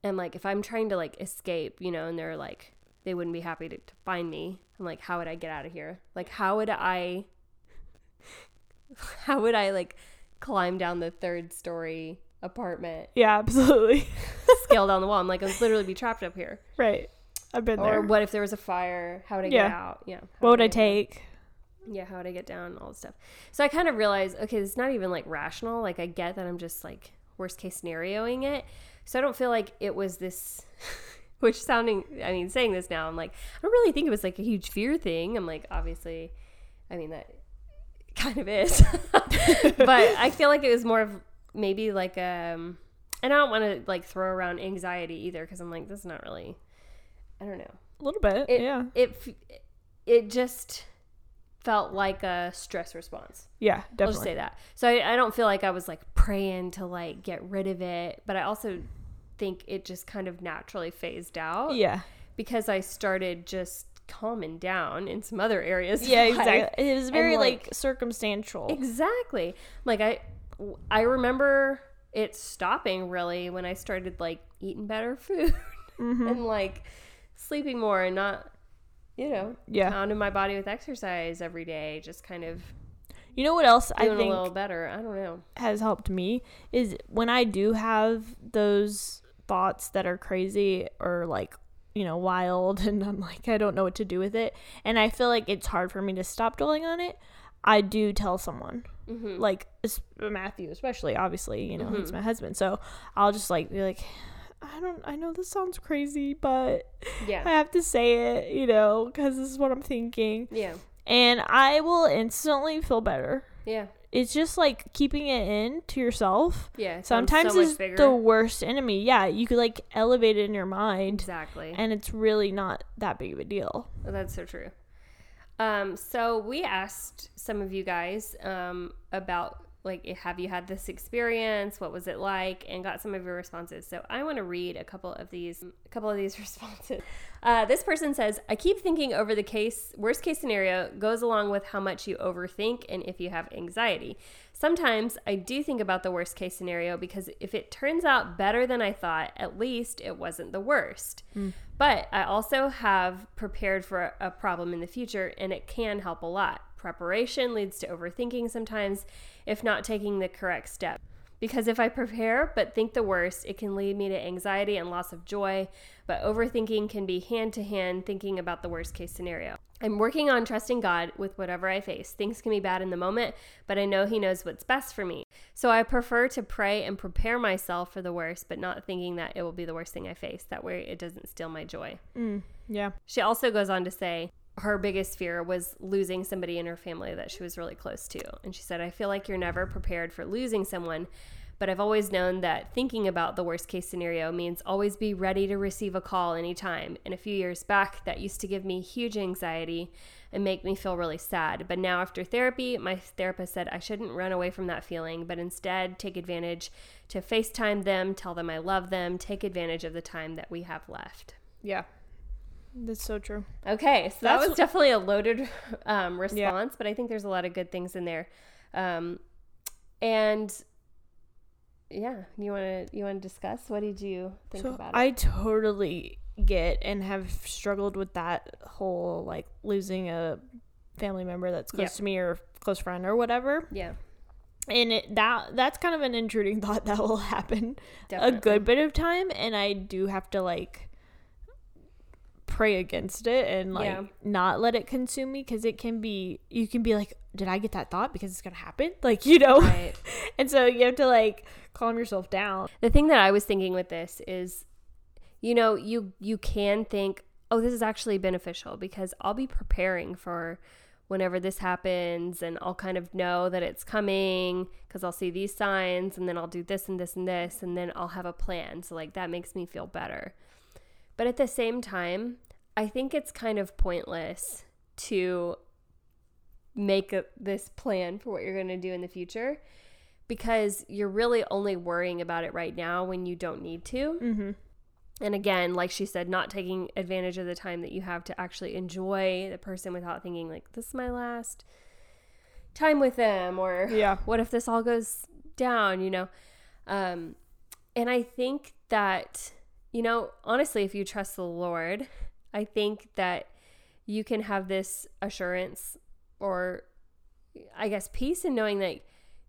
Speaker 1: and like if I'm trying to like escape, you know, and they're like they wouldn't be happy to, to find me. I'm like, how would I get out of here? Like how would I how would I like climb down the third story apartment,
Speaker 2: Yeah, absolutely.
Speaker 1: scale down the wall? I'm like, I'd literally be trapped up here.
Speaker 2: Right. I've been
Speaker 1: Or
Speaker 2: there.
Speaker 1: what if there was a fire? How would I get
Speaker 2: Yeah.
Speaker 1: out? Yeah. How
Speaker 2: what would I
Speaker 1: get-
Speaker 2: take?
Speaker 1: yeah how would i get down all this stuff so i kind of realized okay it's not even like rational like i get that i'm just like worst case scenarioing it so i don't feel like it was this which sounding i mean saying this now i'm like i don't really think it was like a huge fear thing i'm like obviously i mean that kind of is but i feel like it was more of maybe like um and i don't want to like throw around anxiety either because i'm like this is not really i don't know
Speaker 2: A little bit.
Speaker 1: it,
Speaker 2: yeah.
Speaker 1: It f- it just felt like a stress response.
Speaker 2: Yeah,
Speaker 1: I'll just
Speaker 2: definitely.
Speaker 1: say that. So I, I don't feel like I was like praying to like get rid of it, but I also think it just kind of naturally phased out
Speaker 2: Yeah.
Speaker 1: because I started just calming down in some other areas. of
Speaker 2: Yeah,
Speaker 1: life.
Speaker 2: exactly. It was very like,
Speaker 1: like-
Speaker 2: circumstantial.
Speaker 1: Exactly. Like I I remember it stopping really when I started like eating better food
Speaker 2: Mm-hmm.
Speaker 1: and like sleeping more and not you know
Speaker 2: yeah.
Speaker 1: pounding my body with exercise every day, just kind of
Speaker 2: You know what else I
Speaker 1: doing a
Speaker 2: think
Speaker 1: little better. I don't know.
Speaker 2: has helped me is when I do have those thoughts that are crazy or like you know wild and i'm like i don't know what to do with it and i feel like it's hard for me to stop dwelling on it i do tell someone
Speaker 1: Mm-hmm.
Speaker 2: like es- matthew especially obviously you know he's my husband so i'll just like be like i don't i know this sounds crazy but i
Speaker 1: Yeah.
Speaker 2: have to say it you know because this is what i'm thinking
Speaker 1: Yeah.
Speaker 2: and i will instantly feel better
Speaker 1: Yeah.
Speaker 2: it's just like keeping it in to yourself
Speaker 1: Yeah. it sounds
Speaker 2: sometimes
Speaker 1: so much
Speaker 2: it's the worst enemy yeah you could like elevate it in your mind
Speaker 1: exactly.
Speaker 2: and it's really not that big of a deal
Speaker 1: That's so true. Um, so we asked some of you guys um, about like, have you had this experience? What was it like? And got some of your responses. So I want to read a couple of these, a couple of these responses. Uh, this person says, "I keep thinking over the case. Worst case scenario goes along with how much you overthink and if you have anxiety. Sometimes I do think about the worst case scenario because if it turns out better than I thought, at least it wasn't the worst. But I also have prepared for a problem in the future, and it can help a lot. Preparation leads to overthinking sometimes, if not taking the correct step. Because if I prepare but think the worst, it can lead me to anxiety and loss of joy. But overthinking can be hand to hand thinking about the worst case scenario. I'm working on trusting God with whatever I face. Things can be bad in the moment, but I know He knows what's best for me. So I prefer to pray and prepare myself for the worst, but not thinking that it will be the worst thing I face. That way it doesn't steal my joy.
Speaker 2: yeah
Speaker 1: She also goes on to say her biggest fear was losing somebody in her family that she was really close to. And she said, I feel like you're never prepared for losing someone, but I've always known that thinking about the worst case scenario means always be ready to receive a call anytime. And a few years back, that used to give me huge anxiety and make me feel really sad. But now, after therapy, my therapist said I shouldn't run away from that feeling, but instead take advantage to FaceTime them, tell them I love them, take advantage of the time that we have left.
Speaker 2: yeah that's so true
Speaker 1: Okay, so that
Speaker 2: That's-
Speaker 1: was definitely a loaded um, response, but I think there's a lot of good things in there. Um, and yeah, you want to you want to discuss what did you think
Speaker 2: so
Speaker 1: about it?
Speaker 2: i totally get and have struggled with that whole like losing a family member that's close
Speaker 1: Yeah.
Speaker 2: to me or close friend or whatever
Speaker 1: yeah,
Speaker 2: and it, that that's kind of an intruding thought that will happen
Speaker 1: definitely.
Speaker 2: a good bit of time and I do have to like pray against it and like
Speaker 1: Yeah.
Speaker 2: not let it consume me because it can be you can be like did I get that thought because it's gonna happen like you know
Speaker 1: Right.
Speaker 2: and so you have to like calm yourself down
Speaker 1: The thing that I was thinking with this is, you know, you you can think, oh, this is actually beneficial because I'll be preparing for whenever this happens, and I'll kind of know that it's coming because I'll see these signs, and then I'll do this and this and this, and then I'll have a plan. So like that makes me feel better. But at the same time, I think it's kind of pointless to make a, this plan for what you're going to do in the future because you're really only worrying about it right now when you don't need to.
Speaker 2: mm-hmm.
Speaker 1: And again, like she said, not taking advantage of the time that you have to actually enjoy the person without thinking, like, this is my last time with them, or
Speaker 2: yeah
Speaker 1: what if this all goes down you know um and i think that you know honestly if you trust the lord i think that you can have this assurance or i guess peace in knowing that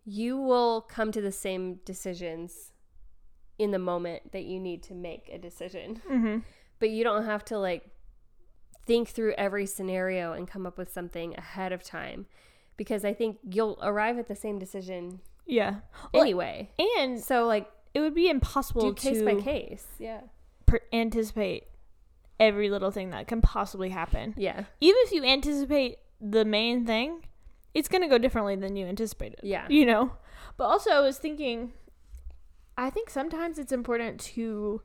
Speaker 1: you will come to the same decisions in the moment that you need to make a decision
Speaker 2: mm-hmm.
Speaker 1: but you don't have to like think through every scenario and come up with something ahead of time because i think you'll arrive at the same decision
Speaker 2: yeah Well,
Speaker 1: anyway
Speaker 2: and
Speaker 1: so like
Speaker 2: it would be
Speaker 1: do
Speaker 2: impossible
Speaker 1: case
Speaker 2: to
Speaker 1: by case yeah
Speaker 2: per- anticipate every little thing that can possibly happen
Speaker 1: yeah
Speaker 2: even if you anticipate the main thing, it's going to go differently than you anticipated.
Speaker 1: Yeah.
Speaker 2: You know? But also, I was thinking, I think sometimes it's important to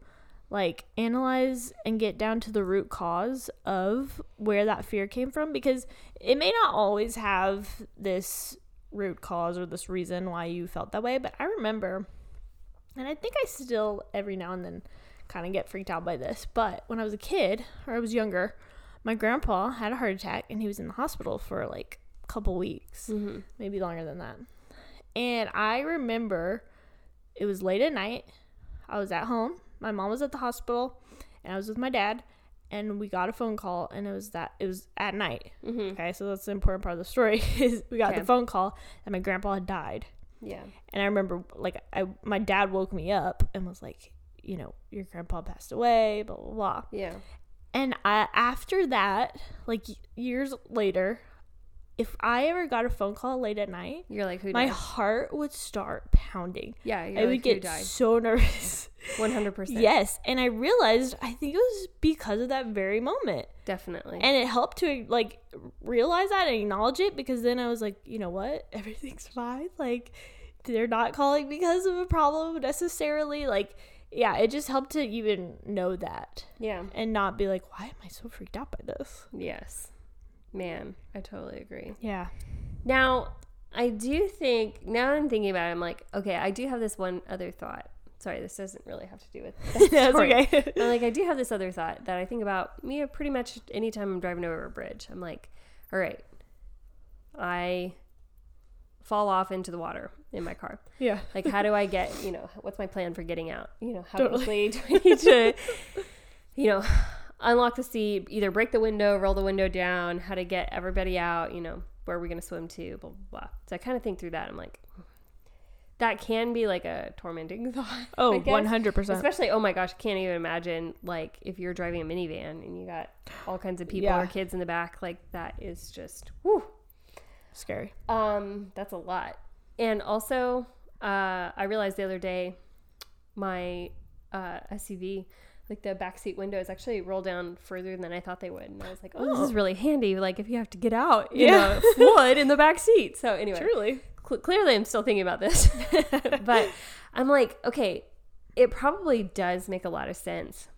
Speaker 2: like analyze and get down to the root cause of where that fear came from because it may not always have this root cause or this reason why you felt that way. But I remember, and I think I still every now and then kind of get freaked out by this, but when I was a kid or I was younger, my grandpa had a heart attack and he was in the hospital for like a couple weeks, maybe longer than that. And I remember it was late at night. I was at home. My mom was at the hospital and I was with my dad and we got a phone call and it was that it was at night.
Speaker 1: mm-hmm.
Speaker 2: Okay, so that's the important part of the story is we got
Speaker 1: Okay.
Speaker 2: the phone call that my grandpa had died.
Speaker 1: yeah
Speaker 2: And I remember like I my dad woke me up and was like, you know, your grandpa passed away, blah, blah, blah.
Speaker 1: Yeah.
Speaker 2: And I, after that, like y- years later, if I ever got a phone call late at night,
Speaker 1: You're like, who
Speaker 2: my
Speaker 1: died?
Speaker 2: heart would start pounding.
Speaker 1: yeah. You're
Speaker 2: I
Speaker 1: like,
Speaker 2: would
Speaker 1: who
Speaker 2: get
Speaker 1: died?
Speaker 2: so nervous.
Speaker 1: 100%.
Speaker 2: yes. And I realized, I think it was because of that very moment.
Speaker 1: Definitely.
Speaker 2: And it helped to like realize that and acknowledge it because then I was like, you know what? Everything's fine. Like they're not calling because of a problem necessarily. Like, yeah, it just helped to even know that
Speaker 1: yeah.
Speaker 2: and not be like, why am I so freaked out by this?
Speaker 1: Yes. Man, I totally agree.
Speaker 2: Yeah.
Speaker 1: Now, I do think, now I'm thinking about it, I'm like, okay, I do have this one other thought. Sorry, this doesn't really have to do with that
Speaker 2: That's
Speaker 1: story.
Speaker 2: okay.
Speaker 1: But, like I do have this other thought that I think about me pretty much anytime I'm driving over a bridge. I'm like, all right, I fall off into the water in my car.
Speaker 2: yeah.
Speaker 1: Like, how do I get, you know, what's my plan for getting out? You know, how quickly
Speaker 2: Totally.
Speaker 1: do I need to, you know, unlock the seat, either break the window, roll the window down, how to get everybody out, you know, where are we going to swim to, blah, blah, blah. So I kind of think through that. I'm like, that can be like a tormenting thought.
Speaker 2: Oh,
Speaker 1: I guess.
Speaker 2: 100%.
Speaker 1: Especially, oh my gosh, can't even imagine like if you're driving a minivan and you got all kinds of people
Speaker 2: Yeah.
Speaker 1: or kids in the back, like that is just whew.
Speaker 2: Scary.
Speaker 1: Um, that's a lot. And also, uh, I realized the other day, my uh, SUV, like the backseat windows, actually roll down further than I thought they would, and I was like, oh, this is really handy. Like if you have to get out, you
Speaker 2: Yeah.
Speaker 1: know, wood in the back seat. So anyway,
Speaker 2: Truly.
Speaker 1: cl- clearly I'm still thinking about this, but I'm like, okay, it probably does make a lot of sense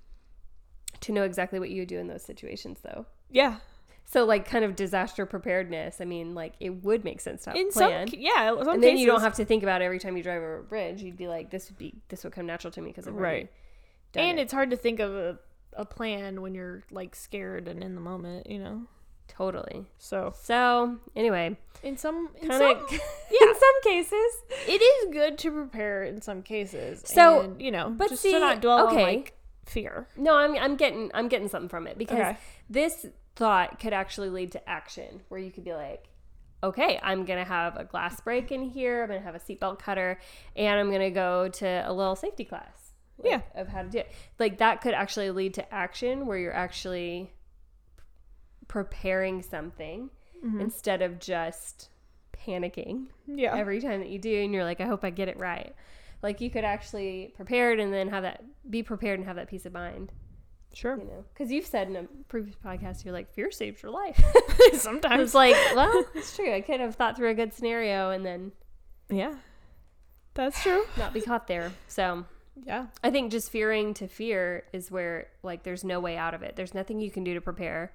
Speaker 1: to know exactly what you would do in those situations, though.
Speaker 2: Yeah.
Speaker 1: So, like, kind of disaster preparedness. I mean, like, it would make sense to have
Speaker 2: In
Speaker 1: a plan.
Speaker 2: some, ca- yeah, some
Speaker 1: and then
Speaker 2: cases,
Speaker 1: you don't have to think about it every time you drive over a bridge. You'd be like, this would be this would come natural to me because I've already
Speaker 2: Right.
Speaker 1: done
Speaker 2: and
Speaker 1: it.
Speaker 2: it's hard to think of a, a plan when you're like scared and in the moment, you know.
Speaker 1: totally.
Speaker 2: So
Speaker 1: So anyway,
Speaker 2: in some, in
Speaker 1: kind of
Speaker 2: some
Speaker 1: in some cases,
Speaker 2: it is good to prepare in some cases.
Speaker 1: So,
Speaker 2: and, you know,
Speaker 1: but
Speaker 2: just
Speaker 1: see,
Speaker 2: to not dwell
Speaker 1: okay.
Speaker 2: on like fear.
Speaker 1: no, I'm I'm getting I'm getting something from it because
Speaker 2: Okay.
Speaker 1: this thought could actually lead to action where you could be like, okay, I'm gonna have a glass break in here. I'm gonna have a seatbelt cutter, and I'm gonna go to a little safety class. like,
Speaker 2: Yeah.
Speaker 1: of how to do it. Like that could actually lead to action where you're actually preparing something
Speaker 2: Mm-hmm.
Speaker 1: instead of just panicking
Speaker 2: Yeah.
Speaker 1: every time that you do and you're like i hope i get it right like you could actually prepare it and then have that be prepared and have that peace of mind
Speaker 2: sure.
Speaker 1: you know because you've said in a previous podcast you're like fear saves your life
Speaker 2: Sometimes.
Speaker 1: it's like well it's true i could have thought through a good scenario and then
Speaker 2: yeah. That's true.
Speaker 1: not be caught there so
Speaker 2: Yeah.
Speaker 1: i think just fearing to fear is where like there's no way out of it there's nothing you can do to prepare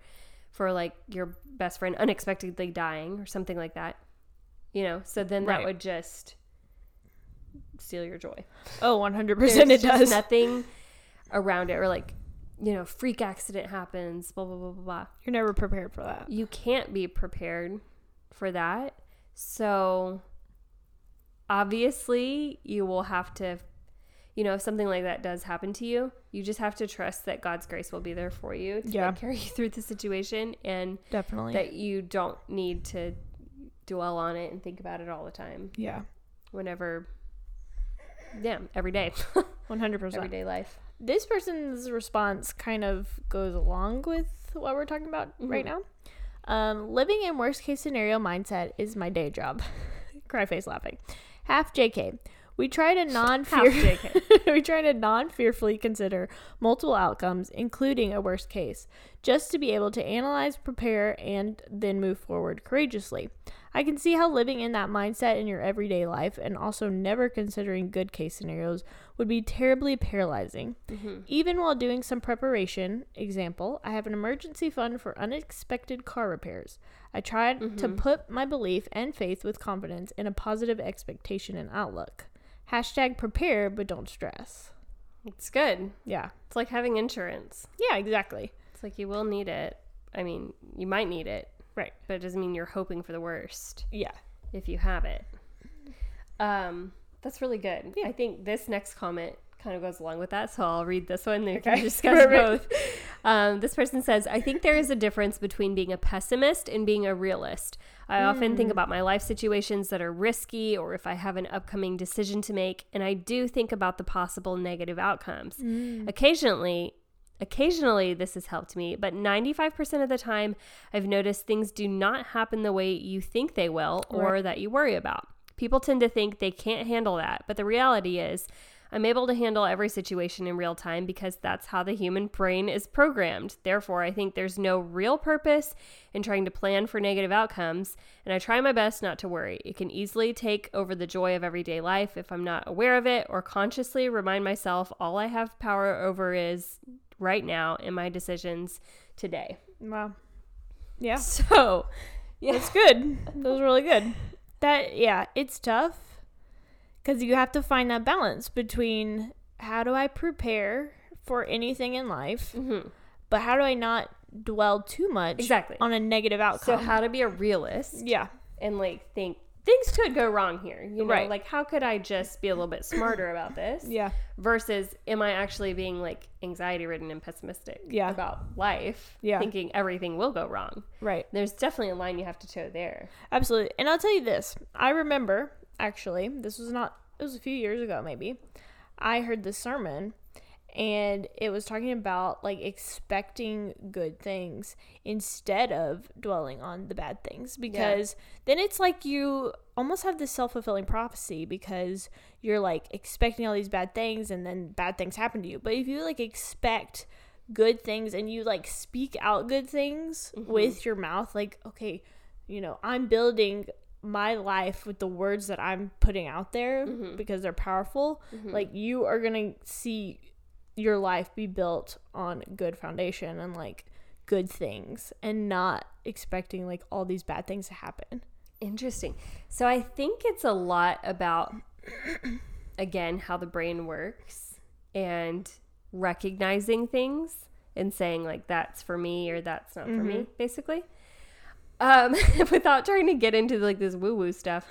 Speaker 1: for like your best friend unexpectedly dying or something like that you know so then
Speaker 2: Right.
Speaker 1: that would just steal your joy
Speaker 2: Oh, 100% it
Speaker 1: there's just
Speaker 2: does.
Speaker 1: nothing around it or like you know freak accident happens blah blah blah blah blah
Speaker 2: You're never prepared for that.
Speaker 1: you can't be prepared for that so obviously you will have to you know if something like that does happen to you you just have to trust that god's grace will be there for you to like,
Speaker 2: Yeah.
Speaker 1: carry you through the situation and
Speaker 2: Definitely.
Speaker 1: that you don't need to dwell on it and think about it all the time
Speaker 2: yeah.
Speaker 1: whenever yeah every day
Speaker 2: 100%.
Speaker 1: everyday life
Speaker 2: this person's response kind of goes along with what we're talking about right now. Um, living in worst case scenario mindset is my day job. Cry face laughing. Half JK. We try to non fear. we try to non fearfully consider multiple outcomes, including a worst case, just to be able to analyze, prepare, and then move forward courageously. I can see how living in that mindset in your everyday life and also never considering good case scenarios would be terribly paralyzing. Even while doing some preparation, example, I have an emergency fund for unexpected car repairs. I tried to put my belief and faith with confidence in a positive expectation and outlook. Hashtag prepare but don't stress.
Speaker 1: It's good.
Speaker 2: Yeah.
Speaker 1: It's like having insurance.
Speaker 2: Yeah, exactly.
Speaker 1: It's like you will need it. I mean, you might need it,
Speaker 2: Right.
Speaker 1: but it doesn't mean you're hoping for the worst
Speaker 2: Yeah.
Speaker 1: if you have it. Um, that's really good.
Speaker 2: Yeah.
Speaker 1: I think this next comment kind of goes along with that, so I'll read this one. Then we
Speaker 2: Okay.
Speaker 1: can discuss
Speaker 2: Perfect.
Speaker 1: both. Um, this person says, "I think there is a difference between being a pessimist and being a realist. I often think about my life situations that are risky, or if I have an upcoming decision to make, and I do think about the possible negative outcomes. Occasionally." Occasionally, this has helped me, but 95% of the time, I've noticed things do not happen the way you think they will or that you worry about. People tend to think they can't handle that, but the reality is, I'm able to handle every situation in real time because that's how the human brain is programmed. Therefore, I think there's no real purpose in trying to plan for negative outcomes, and I try my best not to worry. It can easily take over the joy of everyday life if I'm not aware of it or consciously remind myself all I have power over is right now and my decisions today.
Speaker 2: Wow. Yeah.
Speaker 1: So, yeah.
Speaker 2: That's good. That was really good. That yeah, it's tough because you have to find that balance between how do I prepare for anything in life,
Speaker 1: Mhm.
Speaker 2: but how do I not dwell too much
Speaker 1: Exactly.
Speaker 2: on a negative
Speaker 1: So,
Speaker 2: outcome?
Speaker 1: how to be a realist
Speaker 2: yeah,
Speaker 1: and like think things could go wrong here. You know,
Speaker 2: Right.
Speaker 1: like how could I just be a little bit smarter about this?
Speaker 2: yeah,
Speaker 1: Versus, am I actually being like anxiety ridden and pessimistic
Speaker 2: Yeah.
Speaker 1: about life?
Speaker 2: Yeah.
Speaker 1: Thinking everything will go wrong.
Speaker 2: right.
Speaker 1: There's definitely a line you have to toe there.
Speaker 2: Absolutely. And I'll tell you this. I remember, actually, this was not, it was a few years ago maybe. I heard this sermon and it was talking about like expecting good things instead of dwelling on the bad things because then it's like you almost have this self-fulfilling prophecy because you're like expecting all these bad things and then bad things happen to you. But if you like expect good things and you like speak out good things with your mouth like okay you know, I'm building my life with the words that I'm putting out there because they're powerful. Like you are going to see your life be built on good foundation and like good things and not expecting like all these bad things to happen.
Speaker 1: Interesting. So, I think it's a lot about, again, how the brain works and recognizing things and saying, like, that's for me or that's not for me, basically. Um, without trying to get into like this woo woo stuff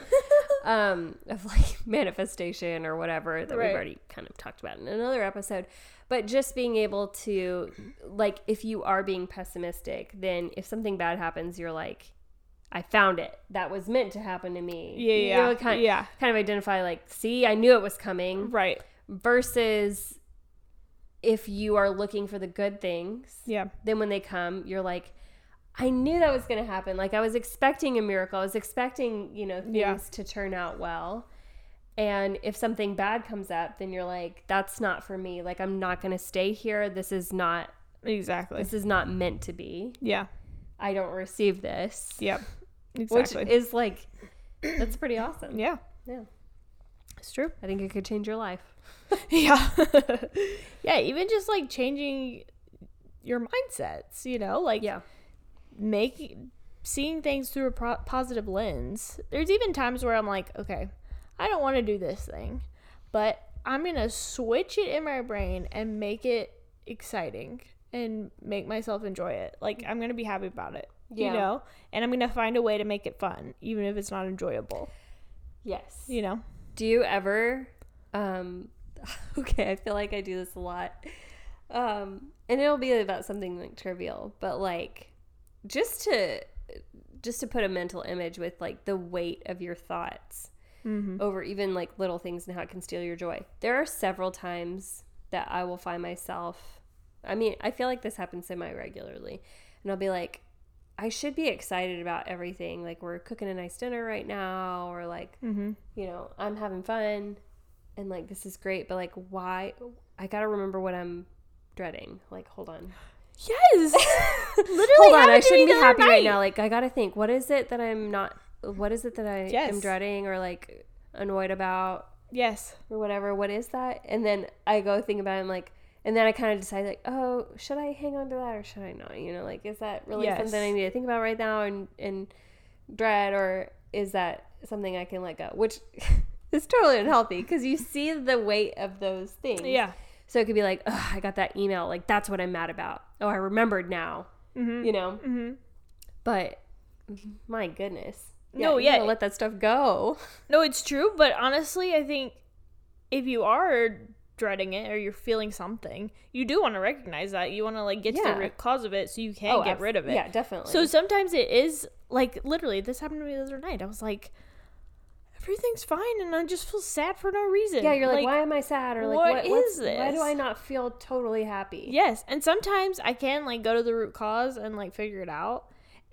Speaker 1: um, of like manifestation or whatever that
Speaker 2: Right.
Speaker 1: we've already kind of talked about in another episode. But just being able to, like, if you are being pessimistic, then if something bad happens, you're like, I found it. That was meant to happen to me.
Speaker 2: Yeah,
Speaker 1: You
Speaker 2: yeah,
Speaker 1: know, kind,
Speaker 2: yeah.
Speaker 1: kind of identify like, see, I knew it was coming.
Speaker 2: Right.
Speaker 1: Versus if you are looking for the good things,
Speaker 2: Yeah.
Speaker 1: then when they come, you're like, I knew that was going to happen. Like I was expecting a miracle. I was expecting, you know, things
Speaker 2: Yeah.
Speaker 1: to turn out well. And if something bad comes up, then you're like, that's not for me. Like I'm not going to stay here. This is not
Speaker 2: Exactly.
Speaker 1: this is not meant to be.
Speaker 2: Yeah.
Speaker 1: I don't receive this.
Speaker 2: Yep. Exactly.
Speaker 1: Which is like that's pretty awesome.
Speaker 2: yeah.
Speaker 1: Yeah.
Speaker 2: It's true.
Speaker 1: I think it could change your life.
Speaker 2: yeah yeah even just like changing your mindsets you know like
Speaker 1: Yeah.
Speaker 2: making seeing things through a pro- positive lens there's even times where i'm like okay i don't want to do this thing but i'm gonna switch it in my brain and make it exciting and make myself enjoy it like i'm gonna be happy about it
Speaker 1: Yeah.
Speaker 2: you know and i'm gonna find a way to make it fun even if it's not enjoyable
Speaker 1: Yes.
Speaker 2: you know
Speaker 1: Do you ever um okay, I feel like I do this a lot. Um and it'll be about something like trivial, but like just to just to put a mental image with like the weight of your thoughts over even like little things and how it can steal your joy. There are several times that I will find myself I mean, I feel like this happens semi regularly. And I'll be like, I should be excited about everything. Like we're cooking a nice dinner right now or like
Speaker 2: mm-hmm.
Speaker 1: you know, I'm having fun and like this is great, but like why I got to remember what I'm dreading. Like hold on.
Speaker 2: yes literally
Speaker 1: Hold on,
Speaker 2: happened
Speaker 1: I
Speaker 2: to me
Speaker 1: shouldn't be
Speaker 2: the other
Speaker 1: happy right
Speaker 2: night.
Speaker 1: now. Like I got to think, what is it that I'm not what is it that I am
Speaker 2: Yes.
Speaker 1: dreading or like annoyed about
Speaker 2: yes
Speaker 1: or whatever? What is that? And then I go think about it and like and then I kind of decide like, oh, should I hang on to that or should I not? You know, like is that really
Speaker 2: Yes.
Speaker 1: something I need to think about right now and and dread or is that something I can let go? Which is totally unhealthy because you see the weight of those things.
Speaker 2: Yeah.
Speaker 1: So it could be like, oh, I got that email. Like that's what I'm mad about. Oh, I remembered now. You know.
Speaker 2: Mhm.
Speaker 1: But mm, my goodness.
Speaker 2: No,
Speaker 1: you
Speaker 2: yeah.
Speaker 1: gotta let that stuff go.
Speaker 2: No, it's true, but honestly, I think if you are dreading it or you're feeling something, you do want to recognize that. You want to like get to
Speaker 1: Yeah.
Speaker 2: the root cause of it so you can get
Speaker 1: ab-
Speaker 2: rid of it.
Speaker 1: Oh, Yeah, definitely.
Speaker 2: So sometimes it is like literally this happened to me the other night. I was like, everything's fine, and I just feel sad for no reason.
Speaker 1: yeah, you're like, why am I sad? Or like,
Speaker 2: what
Speaker 1: what what's-
Speaker 2: is
Speaker 1: Why do
Speaker 2: this?
Speaker 1: I not feel totally happy?
Speaker 2: Yes, and sometimes I can like go to the root cause and like figure it out.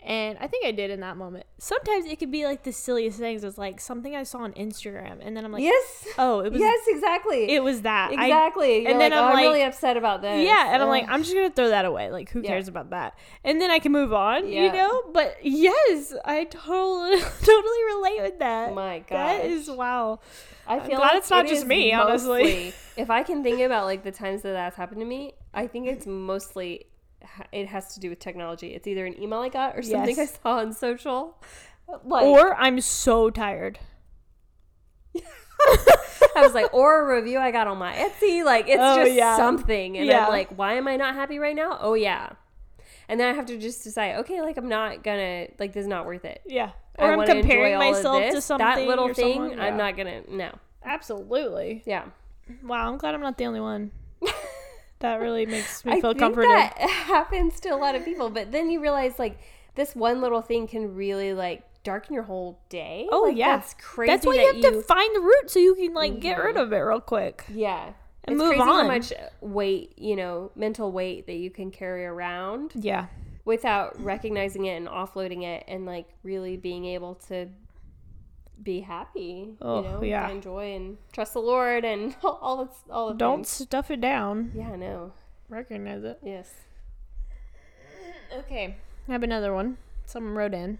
Speaker 2: And I think I did in that moment. Sometimes it could be like the silliest things. It's like something I saw on Instagram, and then I'm like,
Speaker 1: yes.
Speaker 2: oh, it was
Speaker 1: yes, exactly.
Speaker 2: it was that I-
Speaker 1: exactly.
Speaker 2: and then
Speaker 1: like,
Speaker 2: I'm
Speaker 1: "Oh, I'm really
Speaker 2: like-
Speaker 1: upset about this.
Speaker 2: yeah, and
Speaker 1: Ugh.
Speaker 2: I'm like, I'm just gonna throw that away. Like, who
Speaker 1: Yeah.
Speaker 2: cares about that? And then I can move on, you
Speaker 1: Yeah.
Speaker 2: know. But yes, I totally totally relate with that.
Speaker 1: my God.
Speaker 2: That is wow.
Speaker 1: I
Speaker 2: I'm
Speaker 1: feel
Speaker 2: glad
Speaker 1: like
Speaker 2: it's not
Speaker 1: it
Speaker 2: just
Speaker 1: is
Speaker 2: me, honestly.
Speaker 1: mostly- if I can think about like the times that that's happened to me, I think it's mostly it has to do with technology. It's either an email I got or something
Speaker 2: Yes.
Speaker 1: I saw on social. Like
Speaker 2: Or I'm so tired.
Speaker 1: I was like, or a review I got on my Etsy. Like it's
Speaker 2: Oh,
Speaker 1: just
Speaker 2: yeah.
Speaker 1: something, and
Speaker 2: Yeah.
Speaker 1: I'm like, why am I not happy right now? Oh yeah, and then I have to just decide. Okay, like I'm not gonna like this is not worth it.
Speaker 2: Yeah,
Speaker 1: I
Speaker 2: or I'm
Speaker 1: wanna
Speaker 2: comparing
Speaker 1: enjoy all of
Speaker 2: myself to
Speaker 1: this.
Speaker 2: something.
Speaker 1: That little
Speaker 2: or
Speaker 1: thing,
Speaker 2: someone. Yeah.
Speaker 1: I'm not gonna. No,
Speaker 2: absolutely.
Speaker 1: yeah.
Speaker 2: Wow, I'm glad I'm not the only one. that really makes me
Speaker 1: I
Speaker 2: feel
Speaker 1: think
Speaker 2: comforted.
Speaker 1: that happens to a lot of people, but then you realize like this one little thing can really like darken your whole day.
Speaker 2: Oh,
Speaker 1: Like,
Speaker 2: yeah.
Speaker 1: that's crazy.
Speaker 2: That's why
Speaker 1: that Mm-hmm.
Speaker 2: you have to find the root so you can like get rid of it real quick.
Speaker 1: yeah,
Speaker 2: and
Speaker 1: it's
Speaker 2: move
Speaker 1: crazy
Speaker 2: on.
Speaker 1: How much weight you know, mental weight that you can carry around
Speaker 2: Yeah,
Speaker 1: without recognizing it and offloading it, and like really being able to be happy.
Speaker 2: Oh,
Speaker 1: you know,
Speaker 2: yeah.
Speaker 1: to enjoy and trust the Lord and all that's all. Of
Speaker 2: don't
Speaker 1: things.
Speaker 2: stuff it down.
Speaker 1: Yeah, no.
Speaker 2: Recognize it.
Speaker 1: Yes.
Speaker 2: Okay, I have another one. Someone wrote in.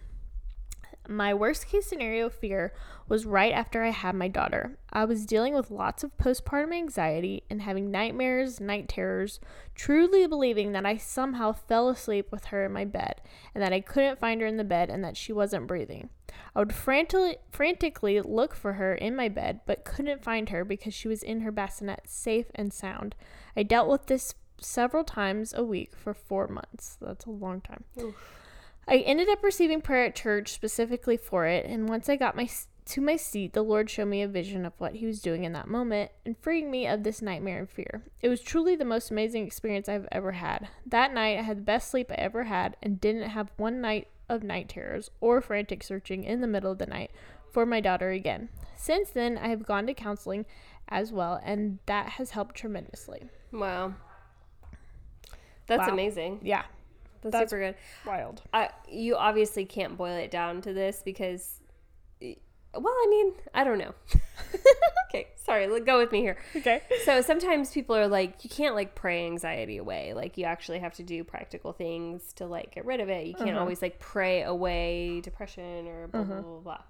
Speaker 2: My worst case scenario fear was right after I had my daughter. I was dealing with lots of postpartum anxiety and having nightmares, night terrors, truly believing that I somehow fell asleep with her in my bed and that I couldn't find her in the bed and that she wasn't breathing. I would frantically, frantically look for her in my bed but couldn't find her because she was in her bassinet, safe and sound. I dealt with this several times a week for four months. That's a long time. I ended up receiving prayer at church specifically for it, and once I got my to my seat, the Lord showed me a vision of what He was doing in that moment and freeing me of this nightmare and fear. It was truly the most amazing experience I've ever had. That night, I had the best sleep I ever had and didn't have one night of night terrors or frantic searching in the middle of the night for my daughter again. Since then, I have gone to counseling as well, and that has helped tremendously.
Speaker 1: Wow. That's
Speaker 2: Wow.
Speaker 1: amazing.
Speaker 2: Yeah,
Speaker 1: That's,
Speaker 2: That's-
Speaker 1: super good.
Speaker 2: wild.
Speaker 1: I, you obviously can't boil it down to this because, well, I mean, I don't know. okay, sorry. let- Go with me here.
Speaker 2: Okay.
Speaker 1: So sometimes people are like, you can't like pray anxiety away. Like you actually have to do practical things to like get rid of it. You can't always like pray away depression or blah blah blah blah.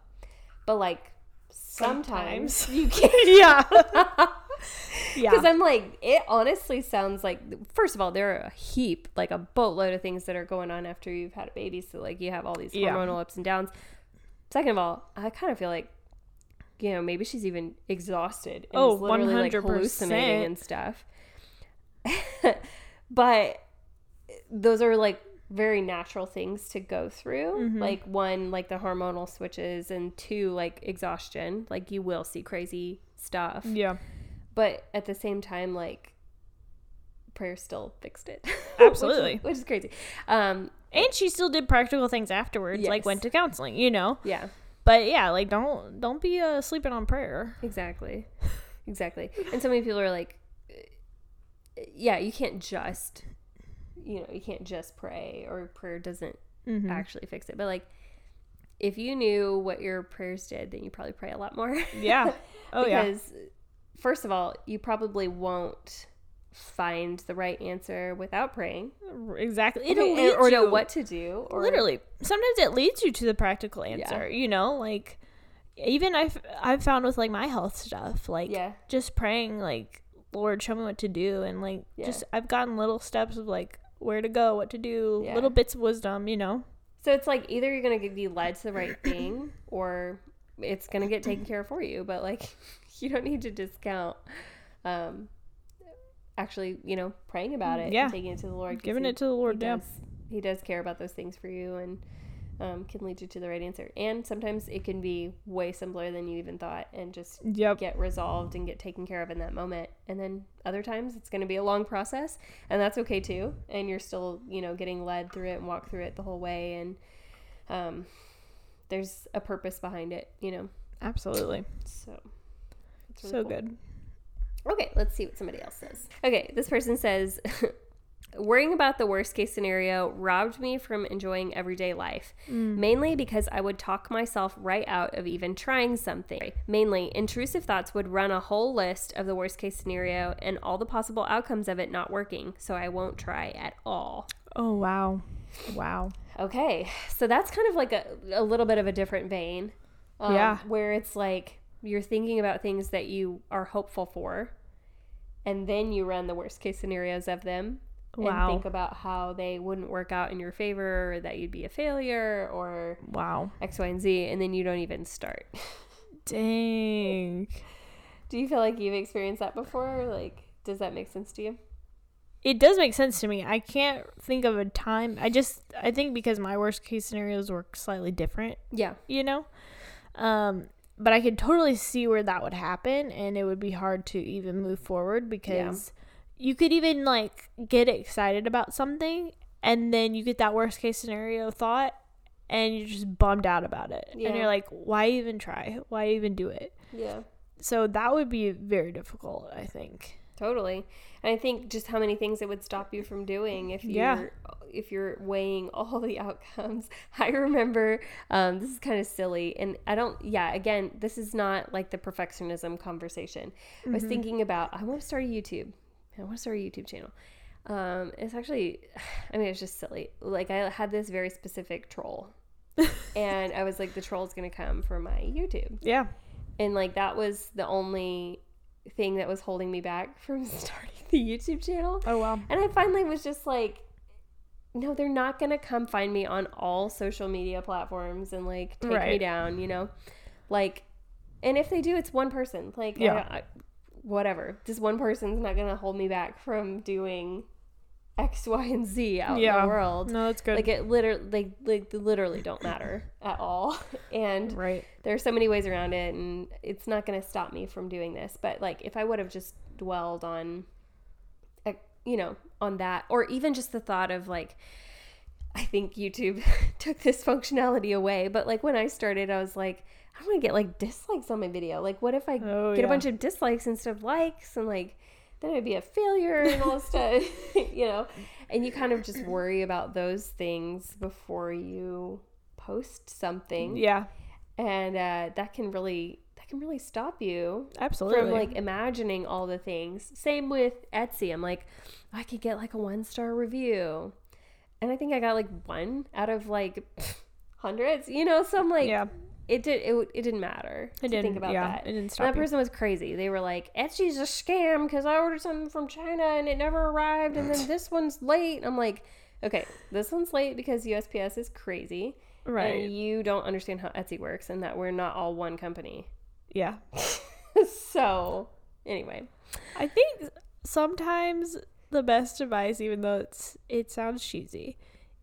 Speaker 1: But like sometimes, you can.
Speaker 2: yeah. yeah.
Speaker 1: Because I'm like, it honestly sounds like, first of all, there are a heap, like a boatload of things that are going on after you've had a baby. So, like, you have all these
Speaker 2: Yeah.
Speaker 1: hormonal ups and downs. Second of all, I kind of feel like, you know, maybe she's even exhausted and
Speaker 2: Oh,
Speaker 1: is literally like
Speaker 2: 100%.
Speaker 1: hallucinating and stuff. but those are like very natural things to go through.
Speaker 2: Mm-hmm.
Speaker 1: Like, one, like the hormonal switches, and two, like exhaustion. Like, you will see crazy stuff
Speaker 2: yeah.
Speaker 1: but at the same time like prayer still fixed it
Speaker 2: Absolutely.
Speaker 1: which, is, which is crazy um
Speaker 2: And she still did practical things afterwards, like
Speaker 1: Yes.
Speaker 2: went to counseling, you know.
Speaker 1: yeah
Speaker 2: But yeah, like don't don't be uh, sleeping on prayer.
Speaker 1: exactly exactly and so many people are like uh, yeah you can't just you know you can't just pray or prayer doesn't
Speaker 2: Mm-hmm.
Speaker 1: actually fix it but like if you knew what your prayers did then you probably pray a lot more
Speaker 2: Yeah. Oh yeah.
Speaker 1: because first of all you probably won't find the right answer without praying
Speaker 2: R- Exactly. It'll
Speaker 1: Okay,
Speaker 2: lead
Speaker 1: or, or know
Speaker 2: you-
Speaker 1: what to do or
Speaker 2: Literally, sometimes it leads you to the practical answer. You know, like even I've I've found with like my health stuff, like
Speaker 1: Yeah.
Speaker 2: just praying, like Lord, show me what to do, and like
Speaker 1: Yeah.
Speaker 2: just I've gotten little steps of like where to go, what to do,
Speaker 1: Yeah.
Speaker 2: little bits of wisdom. You know.
Speaker 1: So it's like either you're gonna be led to the right thing, or it's gonna get taken care of for you. But like, you don't need to discount, um, actually, you know, praying about it,
Speaker 2: Yeah.
Speaker 1: and taking it to the Lord, 'cause
Speaker 2: Giving
Speaker 1: he-
Speaker 2: it to the Lord,
Speaker 1: He
Speaker 2: yeah.
Speaker 1: does, he does care about those things for you, and um, can lead you to the right answer. And sometimes it can be way simpler than you even thought and just
Speaker 2: Yep.
Speaker 1: get resolved and get taken care of in that moment. And then other times it's going to be a long process, and that's okay too. And you're still, you know, getting led through it and walk through it the whole way. And um, there's a purpose behind it, you know.
Speaker 2: Absolutely.
Speaker 1: So, it's really
Speaker 2: so
Speaker 1: cool.
Speaker 2: good.
Speaker 1: Okay, let's see what somebody else says. Okay, this person says, worrying about the worst case scenario robbed me from enjoying everyday life, mainly because I would talk myself right out of even trying something. Mainly, intrusive thoughts would run a whole list of the worst case scenario and all the possible outcomes of it not working, so I won't try at all.
Speaker 2: Oh wow. Wow.
Speaker 1: Okay, so that's kind of like a, a little bit of a different vein. um,
Speaker 2: Yeah.
Speaker 1: Where it's like you're thinking about things that you are hopeful for, and then you run the worst case scenarios of them
Speaker 2: Wow.
Speaker 1: and think about how they wouldn't work out in your favor, or that you'd be a failure, or
Speaker 2: Wow.
Speaker 1: X, Y, and Z, and then you don't even start.
Speaker 2: Dang.
Speaker 1: Do you feel like you've experienced that before? Or, Like, does that make sense to you?
Speaker 2: It does make sense to me. I can't think of a time. I just I think because my worst case scenarios were slightly different,
Speaker 1: Yeah.
Speaker 2: you know. Um but I could totally see where that would happen and it would be hard to even move forward because you could even like get excited about something and then you get that worst case scenario thought and you're just bummed out about it. And
Speaker 1: Yeah.
Speaker 2: you're like, why even try? Why even do it?
Speaker 1: Yeah.
Speaker 2: So that would be very difficult, I think.
Speaker 1: Totally. And I think just how many things it would stop you from doing if you're
Speaker 2: Yeah.
Speaker 1: if you're weighing all the outcomes. I remember um, this is kind of silly and I don't yeah, again, this is not like the perfectionism conversation. I was thinking about I want to start a YouTube. I want to start a YouTube channel. Um, it's actually I mean it's just silly. Like I had this very specific troll. and I was like the troll's going to come for my YouTube
Speaker 2: Yeah.
Speaker 1: and like that was the only thing that was holding me back from starting the YouTube channel.
Speaker 2: Oh wow.
Speaker 1: And I finally was just like, no, they're not gonna come find me on all social media platforms and like take me
Speaker 2: Right.
Speaker 1: down, you know, like, and if they do, it's one person, like, yeah,
Speaker 2: Yeah.
Speaker 1: whatever. Just one person's not gonna hold me back from doing X, Y, and Z out in
Speaker 2: Yeah.
Speaker 1: the world.
Speaker 2: No, that's good.
Speaker 1: Like it literally, like, like they literally don't matter at all. And
Speaker 2: right.
Speaker 1: there are so many ways around it and it's not going to stop me from doing this but like if i would have just dwelled on uh, you know on that or even just the thought of like i think youtube took this functionality away but like when i started i was like i don't want to get like dislikes on my video like what if i
Speaker 2: Oh,
Speaker 1: get a
Speaker 2: yeah.
Speaker 1: bunch of dislikes instead of likes and like then i'd be a failure and all this stuff you know and you kind of just worry about those things before you post something
Speaker 2: Yeah.
Speaker 1: and uh, that can really that can really stop you
Speaker 2: Absolutely.
Speaker 1: from like imagining all the things same with etsy i'm like "Oh, i could get like a one star review and i think i got like one out of like hundreds you know so i'm like
Speaker 2: yeah.
Speaker 1: it did it, w- it didn't matter
Speaker 2: It
Speaker 1: to
Speaker 2: didn't.
Speaker 1: think about
Speaker 2: yeah.
Speaker 1: that
Speaker 2: It didn't
Speaker 1: and
Speaker 2: stop.
Speaker 1: that person was crazy. They were like, Etsy's a scam because I ordered something from China and it never arrived. And then this one's late. I'm like, okay, this one's late because USPS is crazy.
Speaker 2: you. Right.
Speaker 1: And you don't understand how Etsy works and that we're not all one company.
Speaker 2: yeah.
Speaker 1: so, anyway.
Speaker 2: I think sometimes the best advice, even though it's it sounds cheesy,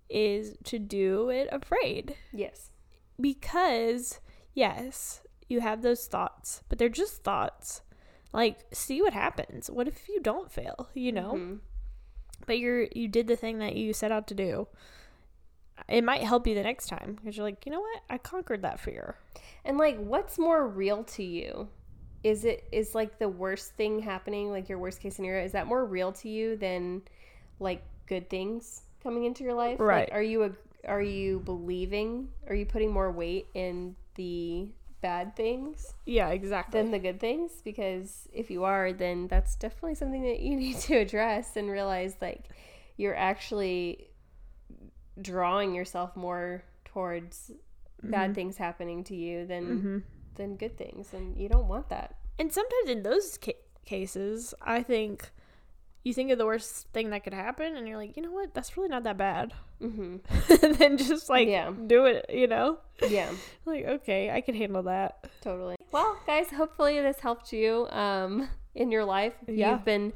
Speaker 2: is to do it afraid.
Speaker 1: Yes.
Speaker 2: Because yes, you have those thoughts, but they're just thoughts. Like, see what happens. What if you don't fail? You know?
Speaker 1: Mhm.
Speaker 2: but you're you did the thing that you set out to do it might help you the next time because you're like you know what i conquered that fear
Speaker 1: And like, what's more real to you? Is it is like the worst thing happening, like your worst case scenario? Is that more real to you than like good things coming into your life? Like,
Speaker 2: Right.
Speaker 1: are you a, are you believing? Are you putting more weight in the bad things
Speaker 2: yeah exactly
Speaker 1: than the good things? Because if you are, then that's definitely something that you need to address and realize like you're actually drawing yourself more towards bad things happening to you than than good things and you don't want that
Speaker 2: and sometimes in those ca- cases i think you think of the worst thing that could happen and you're like you know what that's really not that bad
Speaker 1: mm-hmm.
Speaker 2: and then just like
Speaker 1: Yeah.
Speaker 2: do it you know
Speaker 1: yeah
Speaker 2: like okay i can handle that
Speaker 1: totally well guys hopefully this helped you um in your life If
Speaker 2: Yeah.
Speaker 1: you've been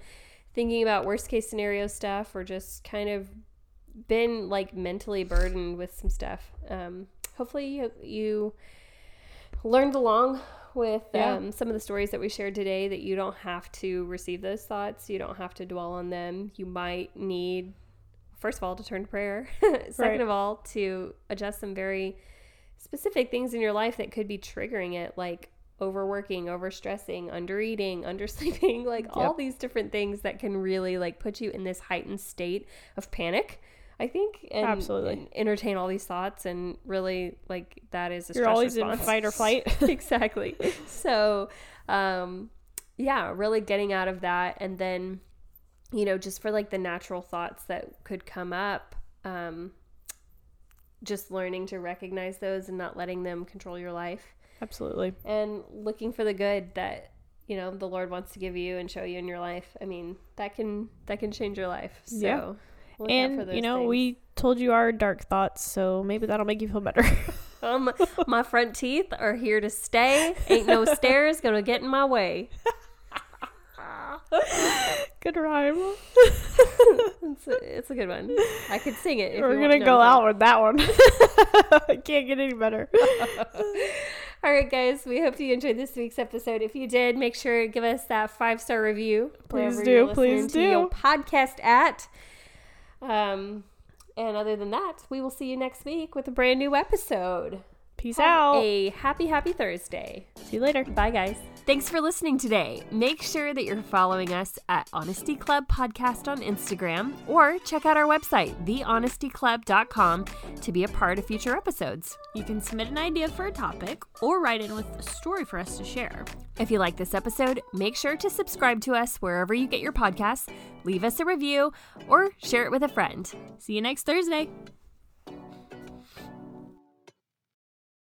Speaker 1: thinking about worst case scenario stuff or just kind of been like mentally burdened with some stuff. Um, hopefully you, you learned along with
Speaker 3: Yeah.
Speaker 1: um, some of the stories that we shared today that you don't have to receive those thoughts. You don't have to dwell on them. You might need, first of all, to turn to prayer. Second
Speaker 3: Right.
Speaker 1: of all, to adjust some very specific things in your life that could be triggering it, like overworking, overstressing, undereating, undersleeping, like all these different things that can really like put you in this heightened state of panic. I think and,
Speaker 3: Absolutely.
Speaker 1: and entertain all these thoughts and really like that is a
Speaker 3: You're
Speaker 1: stress
Speaker 3: always
Speaker 1: response.
Speaker 3: in fight or flight.
Speaker 1: exactly. So, um, yeah, really getting out of that. And then, you know, just for like the natural thoughts that could come up, um, just learning to recognize those and not letting them control your life
Speaker 3: Absolutely.
Speaker 1: and looking for the good that you know the lord wants to give you and show you in your life i mean that can that can change your life so
Speaker 3: Yeah.
Speaker 1: look out for
Speaker 3: and
Speaker 1: those
Speaker 3: you know,
Speaker 1: things.
Speaker 3: we told you our dark thoughts, so maybe that'll make you feel better.
Speaker 1: um, my front teeth are here to stay ain't no stairs gonna get in my way
Speaker 3: Good rhyme.
Speaker 1: it's a, it's a good one i could sing it if
Speaker 3: We're
Speaker 1: you
Speaker 3: gonna
Speaker 1: want- no,
Speaker 3: go
Speaker 1: I'm
Speaker 3: out with that one. I can't get any better.
Speaker 1: All right, guys, we hope you enjoyed this week's episode. If you did, make sure to give us that five star review. wherever
Speaker 3: do,
Speaker 1: you're
Speaker 3: please
Speaker 1: listening To your
Speaker 3: do.
Speaker 1: podcast at. Um, and other than that, we will see you next week with a brand new episode.
Speaker 3: Peace
Speaker 1: Have
Speaker 3: out.
Speaker 1: A happy, happy Thursday.
Speaker 3: See you later.
Speaker 1: Bye, guys. Thanks for listening today. Make sure that you're following us at Honesty Club Podcast on Instagram or check out our website, thehonestyclub.com, to be a part of future episodes.
Speaker 2: You can submit an idea for a topic or write in with a story for us to share.
Speaker 1: If you like this episode, make sure to subscribe to us wherever you get your podcasts, leave us a review, or share it with a friend.
Speaker 2: See you next Thursday.